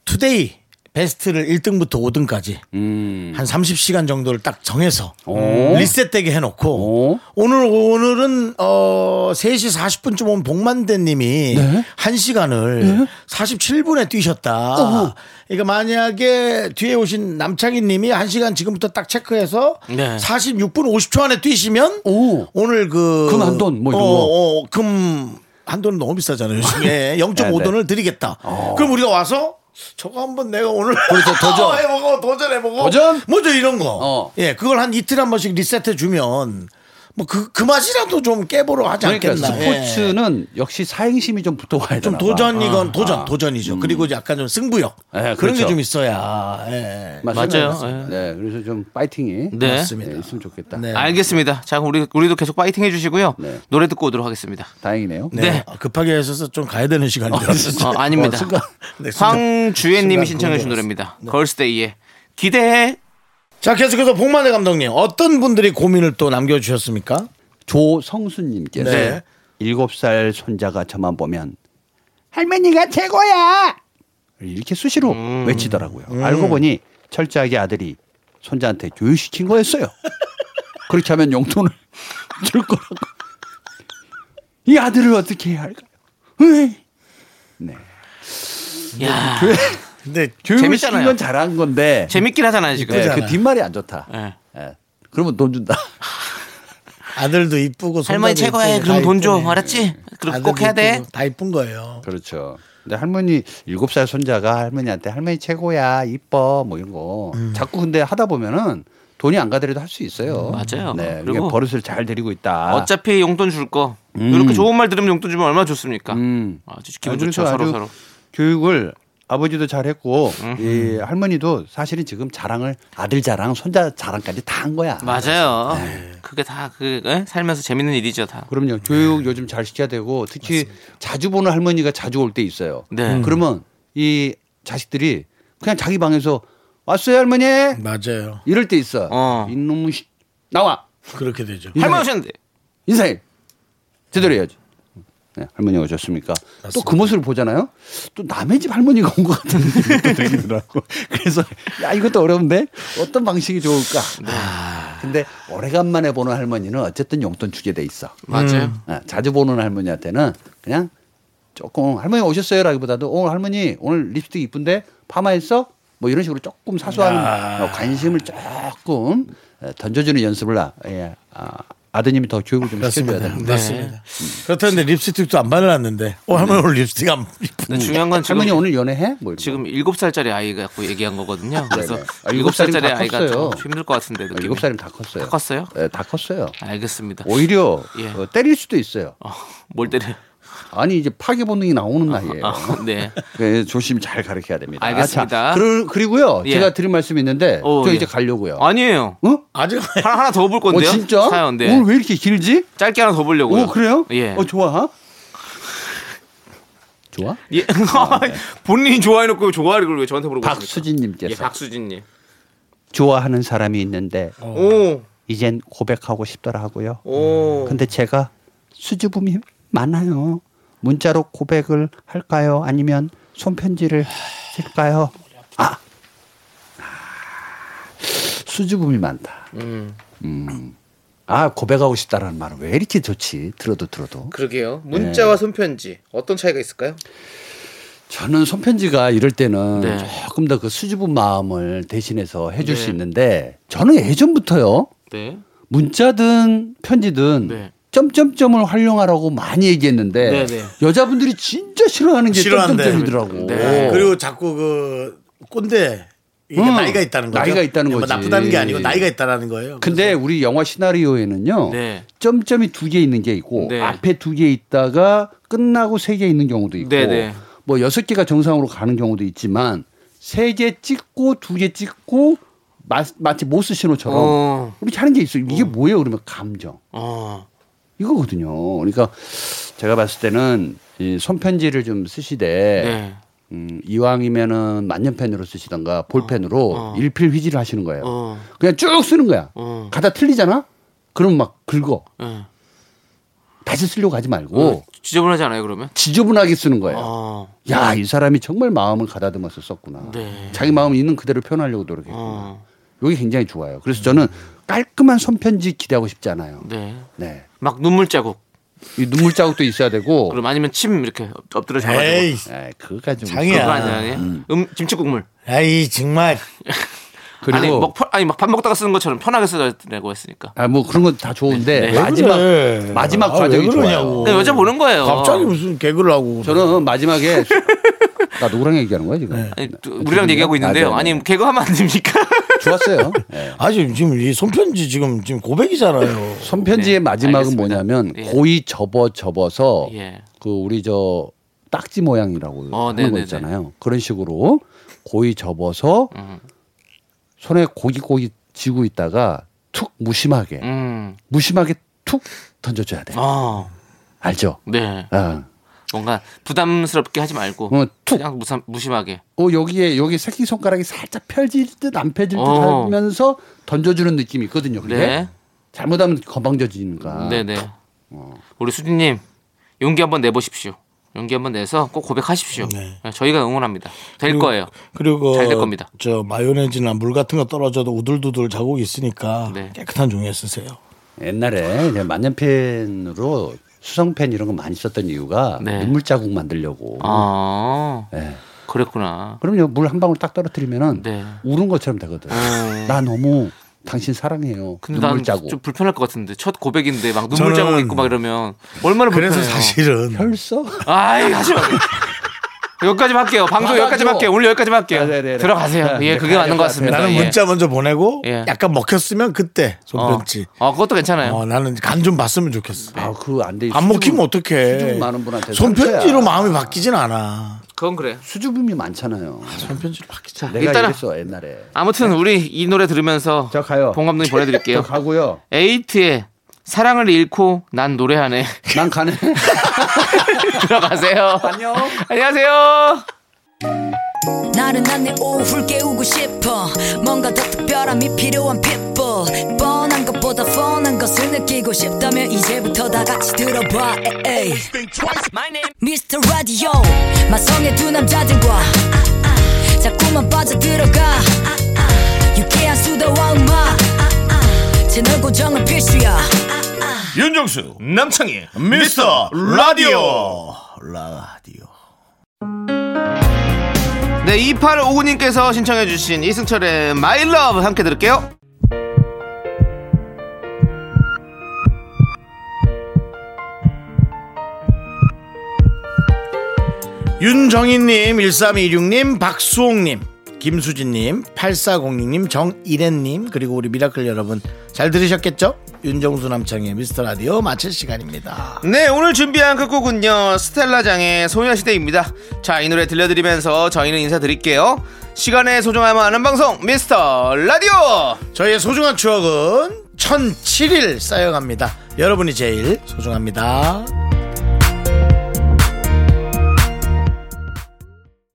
S1: 투데이 베스트를 1등부터 5등까지
S2: 음.
S1: 한 30시간 정도를 딱 정해서
S5: 음. 오.
S1: 리셋되게 해놓고
S5: 오.
S1: 오늘 오늘은 어 3시 40분쯤 온 복만대님이
S5: 네.
S1: 한 시간을 47분에 뛰셨다. 그러니까 만약에 뒤에 오신 남창희님이 한 시간 지금부터 딱 체크해서
S2: 네.
S1: 46분 50초 안에 뛰시면
S5: 오.
S1: 오늘 그
S5: 금 한돈 뭐 이런 거.
S1: 어, 어, 금 한돈 너무 비싸잖아요.
S5: (laughs) 네,
S1: 요즘에 0.5돈을 드리겠다. 그럼 우리가 와서 저거 한번 내가 오늘
S5: 어.
S1: (laughs)
S5: 그렇죠, 도전.
S1: 어, 해보고 도전해보고
S5: 도전?
S1: 뭐죠 이런 거.
S5: 어.
S1: 예, 그걸 한 이틀 한 번씩 리셋해 주면 뭐 그 그 맛이라도 좀 깨보러 하지
S5: 그러니까
S1: 않겠나. 예.
S5: 스포츠는 역시 사행심이 좀 붙어가야 되나
S1: 좀
S5: 봐.
S1: 도전이건
S5: 아,
S1: 도전
S5: 아.
S1: 도전이죠. 그리고 이제 약간 좀 승부욕
S5: 예,
S1: 그런 게
S5: 그렇죠. 네?
S1: 좀 있어야. 예.
S2: 맞아요.
S5: 맞습니다. 네, 그래서 좀 파이팅이
S2: 네.
S5: 네,
S1: 맞습니다.
S5: 있으면 좋겠다.
S1: 네.
S2: 알겠습니다. 자, 그럼 우리, 우리도 계속 파이팅 해주시고요.
S5: 네.
S2: 노래 듣고 오도록 하겠습니다.
S5: 다행이네요.
S1: 네.
S2: 네.
S1: 아, 급하게 해서 좀 가야 되는 시간이 들었어요.
S2: 어, 아닙니다.
S5: 어, 순간- (laughs)
S1: 네, 순간- 순간
S2: 황주혜님이 신청해주신
S1: 그런 줄
S2: 노래입니다.
S5: 네.
S2: 걸스데이의 기대해.
S1: 자, 계속해서 복만대 감독님 어떤 분들이 고민을 또 남겨주셨습니까?
S5: 조성수님께서
S1: 네.
S5: 일곱 살 손자가 저만 보면 할머니가 최고야 이렇게 수시로
S2: 음.
S5: 외치더라고요. 알고 보니 철저하게 아들이 손자한테
S2: (laughs)
S5: 교육시킨 거였어요. 그렇게 하면 용돈을 (laughs) 줄 거라고. 이 아들을 어떻게 해야 할까요? 으이. 네.
S2: 야
S5: 그
S1: 근데
S5: 교육시킨
S2: 재밌잖아요.
S5: 건 잘한 건데
S2: 재밌긴 하잖아요, 지금. 예.
S5: 네,
S1: 그잖아요.
S5: 그 뒷말이 안 좋다.
S2: 네.
S5: 예. 그러면 돈 준다.
S1: 아들도 이쁘고
S2: 할머니
S1: 손자도
S2: 최고야.
S1: 이쁘고
S2: 그럼
S1: 다
S2: 돈 줘.
S1: 이쁘네.
S2: 알았지? 그럼 꼭
S1: 아들도
S2: 해야 돼.
S1: 이쁘고 다 이쁜 거예요.
S5: 그렇죠. 근데 할머니 일곱 살 손자가 할머니한테 할머니 최고야 이뻐 뭐 이런 거
S2: 음.
S5: 자꾸 근데 하다 보면은 돈이 안 가더라도 할 수 있어요.
S2: 맞아요.
S5: 네,
S2: 그리고
S5: 그리고 버릇을 잘 들이고 있다.
S2: 어차피 용돈 줄 거.
S5: 아. 음.
S2: 이렇게 좋은 말 들으면 용돈 주면 얼마나 좋습니까?
S5: 음.
S2: 아, 진짜 기분
S5: 아, 그래서
S2: 좋죠. 서로
S5: 아주
S2: 서로. 음.
S5: 교육을 아버지도 잘했고 이 할머니도 사실은 지금 자랑을 아들 자랑 손자 자랑까지 다 한 거야.
S2: 맞아요.
S5: 네.
S2: 그게 다 그 살면서 재밌는 일이죠, 다.
S5: 그럼요.
S2: 네.
S5: 교육 요즘 잘 시켜야 되고 특히 자주 보는 할머니가 자주 올 때 있어요.
S2: 네. 음.
S5: 그러면 이 자식들이 그냥 자기 방에서 왔어요 할머니
S1: 맞아요.
S5: 이럴 때 있어.
S2: 어.
S5: 이놈의 씨- 나와
S1: 그렇게 되죠.
S5: 예.
S2: 할머니 오셨는데.
S5: 인사해 제대로 해야지. 네, 할머니 오셨습니까? 또 그 모습을 보잖아요. 또 남의 집 할머니가 온 것 같은 (laughs) 느낌도 들더라고. (laughs) 그래서 야 이것도 어려운데 어떤 방식이 좋을까. 아, 근데 오래간만에 보는 할머니는 어쨌든 용돈 주게 돼 있어.
S2: 맞아요.
S5: 아, 자주 보는 할머니한테는 그냥 조금 할머니 오셨어요라기보다도 오 할머니 오늘 립스틱 이쁜데 파마했어? 뭐 이런 식으로 조금 사소한 어, 관심을 조금 에, 던져주는 연습을 아, 예, 아, 아드님이 더 교육을 좀 시켜줘야
S1: 맞습니다.
S5: 됩니다.
S1: 맞습니다. 그렇다는데 립스틱도 안 발랐는데 어 할머니 오늘 립스틱 안
S2: 근데 중요한 건 지금
S5: 음. 할머니 오늘 연애해? 뭐 이런
S2: 지금 일곱 살짜리 아이 갖고 얘기한 거거든요. 그래서
S5: 네네. 아,
S2: 일곱
S5: 일곱 살이면
S2: 살짜리
S5: 다
S2: 아이가
S5: 컸어요.
S2: 좀 힘들 것 같은데
S5: 거. 아,
S2: 느낌.
S5: 일곱 살이면 다 컸어요.
S2: 다 컸어요?
S5: 예, 다 컸어요.
S2: 알겠습니다.
S5: 오히려
S2: 예.
S5: 어, 때릴 수도 있어요.
S2: 어, 뭘 때려?
S5: 아니 이제 파괴 본능이 나오는 나이에요.
S2: 아, 네.
S5: 예, 조심 잘 가르쳐야 됩니다.
S2: 알겠습니다.
S5: 아, 자, 그러- 그리고요,
S2: 예.
S5: 제가 드린 말씀이 있는데
S2: 오,
S5: 저
S2: 예.
S5: 이제 가려고요.
S2: 아니에요.
S5: 어?
S1: 아직
S2: 하나 하나 더 볼 건데요.
S5: 어, 진짜?
S2: 사연 네.
S5: 오늘 왜 이렇게 길지?
S2: 짧게 하나 더 보려고요.
S5: 오, 그래요?
S2: 예.
S5: 어, 좋아. 좋아? 네.
S2: 예. (laughs) 본인이 좋아해놓고 좋아하는 걸왜 저한테 물어보십니까?
S5: 박수진님께서
S2: 예, 박수진님.
S5: 좋아하는 사람이 있는데
S2: 어. 오,
S5: 이젠 고백하고 싶더라고요.
S2: 오.
S5: 근데 제가 수줍음이 많아요. 문자로 고백을 할까요? 아니면 손편지를 쓸까요? 아, 아 수줍음이 많다.
S2: 음,
S5: 아 고백하고 싶다라는 말은 왜 이렇게 좋지? 들어도 들어도. 네.
S2: 그러게요. 문자와 손편지 어떤 차이가 있을까요?
S5: 저는 손편지가 이럴 때는
S2: 네.
S5: 조금 더 그 수줍은 마음을 대신해서 해줄
S2: 네.
S5: 수 있는데 저는 예전부터요
S2: 네.
S5: 문자든 편지든
S2: 네.
S5: 점점점을 활용하라고 많이 얘기했는데
S2: 네, 네.
S5: 여자분들이 진짜 싫어하는 게
S1: 싫어한대.
S5: 점점점이더라고.
S2: 네.
S1: 그리고 자꾸 그 꼰대 이게
S5: 음,
S1: 나이가 있다는 거죠.
S5: 나이가 있다는
S1: 뭐
S5: 거지.
S1: 나쁘다는 게 아니고 나이가 있다라는 거예요.
S5: 근데 우리 영화 시나리오에는요
S2: 네.
S5: 점점이 두 개 있는 게 있고
S2: 네.
S5: 앞에 두 개 있다가 끝나고 세 개 있는 경우도 있고
S2: 네, 네.
S5: 뭐 여섯 개가 정상으로 가는 경우도 있지만 세 개 찍고 두 개 찍고 마, 마치 모스 신호처럼
S2: 어.
S5: 이렇게 하는 게 있어요. 이게 뭐예요? 그러면 감정
S2: 어.
S5: 이거거든요. 그러니까 제가 봤을 때는 이 손편지를 좀 쓰시되
S2: 네.
S5: 음, 이왕이면은 만년펜으로 쓰시던가 볼펜으로 일필 휘지를 하시는 거예요.
S2: 어.
S5: 그냥 쭉 쓰는 거야.
S2: 어.
S5: 가다 틀리잖아? 그럼 막 긁어.
S2: 네.
S5: 다시 쓰려고 하지 말고
S2: 예. 지저분하지 않아요 그러면?
S5: 지저분하게 쓰는 거예요.
S2: 어.
S5: 야, 이 사람이 정말 마음을 가다듬어서 썼구나.
S2: 네.
S5: 자기 마음 있는 그대로 표현하려고 노력했구나.
S2: 어.
S5: 이게 굉장히 좋아요. 그래서 저는 깔끔한 손편지 기대하고 싶지 않아요.
S2: 네.
S5: 네.
S2: 막 눈물 자국.
S5: 이 눈물 자국도 있어야
S2: (laughs)
S5: 되고.
S2: 그럼 아니면 침 이렇게 엎- 엎드려 잡아주고.
S1: 에이,
S5: 에, 그거 가지고.
S1: 장이야.
S2: 그거 아니야, 아니야? 음. 김치국물.
S1: 에이 정말
S5: 그리고
S2: 아니, 뭐 먹, 편- 아니 막 밥 먹다가 쓰는 것처럼 편하게 쓰라고 했으니까.
S5: 아, 뭐 그런 건 다 좋은데
S2: 네.
S5: 마지막
S1: 그래?
S5: 마지막
S1: 아, 왜
S5: 과정이
S1: 그러냐고.
S2: 그냥
S5: 좋아요.
S2: 네, 여자 보는 거예요.
S1: 갑자기 무슨 개그를 하고
S5: 저는
S2: (laughs)
S5: 마지막에 나 누구랑 얘기하는 거야 지금?
S2: 아니, 또 네. 우리랑 얘기하고 있는데요.
S5: 아, 네,
S2: 아니,
S5: 네.
S2: 개그하면 안 됩니까? (laughs)
S5: 좋았어요. 네.
S1: 아니 지금 이 손편지 지금 지금 고백이잖아요.
S5: 손편지의
S2: 네,
S5: 마지막은
S2: 알겠습니다.
S5: 뭐냐면
S2: 예.
S5: 고이 접어 접어서
S2: (laughs) 예.
S5: 그 우리 저 딱지 모양이라고
S2: 어,
S5: 하는 거
S2: 네네네.
S5: 있잖아요. 그런 식으로 고이 접어서
S2: 음.
S5: 손에 고기고기 쥐고 있다가 툭 무심하게
S2: 음.
S5: 무심하게 툭 던져줘야 돼.
S2: 아,
S5: 알죠?
S2: 네.
S5: 아.
S2: 뭔가 부담스럽게 하지 말고
S1: 음,
S5: 어, 툭.
S2: 그냥 무사, 무심하게.
S5: 어 여기에 여기 새끼 손가락이 살짝 펴질 듯 안 펴질 듯
S2: 어.
S5: 하면서 던져주는 느낌이 있거든요. 그게
S2: 네.
S5: 잘못하면
S1: 아,
S5: 건방져지니까.
S2: 네, 네.
S1: 어.
S2: 우리 수진 님 용기 한번 내 보십시오. 용기 한번 내서 꼭 고백하십시오.
S1: 네.
S2: 네, 저희가 응원합니다. 될 거예요.
S1: 그리고 음.
S2: 잘될 겁니다.
S1: 저 마요네즈나 물 같은 거 떨어져도 우둘두둘 자국이 있으니까
S2: 네.
S1: 깨끗한 종이에 쓰세요.
S5: 옛날에 이제 만년펜으로 수성펜 이런 거 많이 썼던 이유가
S2: 네.
S5: 눈물 자국 만들려고.
S2: 아.
S5: 네.
S2: 그랬구나.
S5: 그럼요 물 한 방울 딱 떨어뜨리면은
S2: 네.
S5: 우는 것처럼 되거든. 나 너무 당신 사랑해요.
S2: 근데
S5: 눈물
S2: 난
S5: 자국.
S2: 좀 불편할 것 같은데 첫 고백인데 막 눈물 자국
S1: 저는-
S2: 있고 막 이러면 얼마나 불편해요.
S1: 그래서 사실은
S5: 벌써?
S2: 네. 아이 하지 마세요. 여기까지만 할게요. 방송
S5: 맞아요.
S2: 여기까지만 할게요. 오늘 여기까지만 할게요.
S5: 아, 네, 네, 네.
S2: 들어가세요.
S5: 네,
S2: 예,
S5: 네,
S2: 그게 맞는 것
S5: 가야
S2: 같습니다.
S1: 나는
S2: 예.
S1: 문자 먼저 보내고
S2: 예.
S1: 약간 먹혔으면 그때
S2: 어.
S1: 손편지.
S2: 어, 네. 그것도 괜찮아요.
S1: 어, 나는 간 좀 봤으면 좋겠어.
S5: 아, 그거 안 돼.
S1: 안 먹히면
S5: 수줍음-
S1: 어떡해.
S5: 수줍음 많은 분한테
S1: 손편지로
S5: 상처야.
S1: 마음이 바뀌진 않아.
S2: 그건 그래.
S5: 수줍음이 많잖아요.
S1: 손편지로 바뀌지.
S2: 자,
S5: 내가
S2: 일단은
S5: 이랬어 옛날에.
S2: 아무튼 우리 이 노래 들으면서
S5: 저 가요.
S2: 봉 감독님
S5: 저
S2: 보내드릴게요.
S5: 가고요.
S2: 에이트의 사랑을 잃고 난 노래하네. (laughs)
S5: 난 가네.
S2: 들어가세요.
S5: 안녕.
S2: 안녕하세요.
S7: 나른한 내 오후를 깨우고 싶어 뭔가 더 특별함이 필요한 people 뻔한 것보다 뻔한 것을 느끼고 싶다면 이제부터 다 같이 들어봐 에이. Mr. Radio 마성의 두 남자들과 자꾸만 빠져들어가 유쾌한 수다와 음악 채널 고정은 필수야
S8: 윤정수 남창희 미스터 라디오
S1: 라디오.
S2: 네, 2859님께서 신청해주신 이승철의 마이 러브 함께 들을게요.
S1: 윤정인님, 1326님, 박수홍님, 김수진님, 8406님, 정일혜님, 그리고 우리 미라클 여러분 잘 들으셨겠죠? 윤정수 남창의 미스터 라디오 마칠 시간입니다.
S2: 네, 오늘 준비한 끝곡은요. 스텔라장의 소녀시대입니다. 자, 이 노래 들려드리면서 저희는 인사드릴게요. 시간의 소중함을 아는 방송, 미스터 라디오!
S1: 저희의 소중한 추억은 1007일 쌓여갑니다. 여러분이 제일 소중합니다.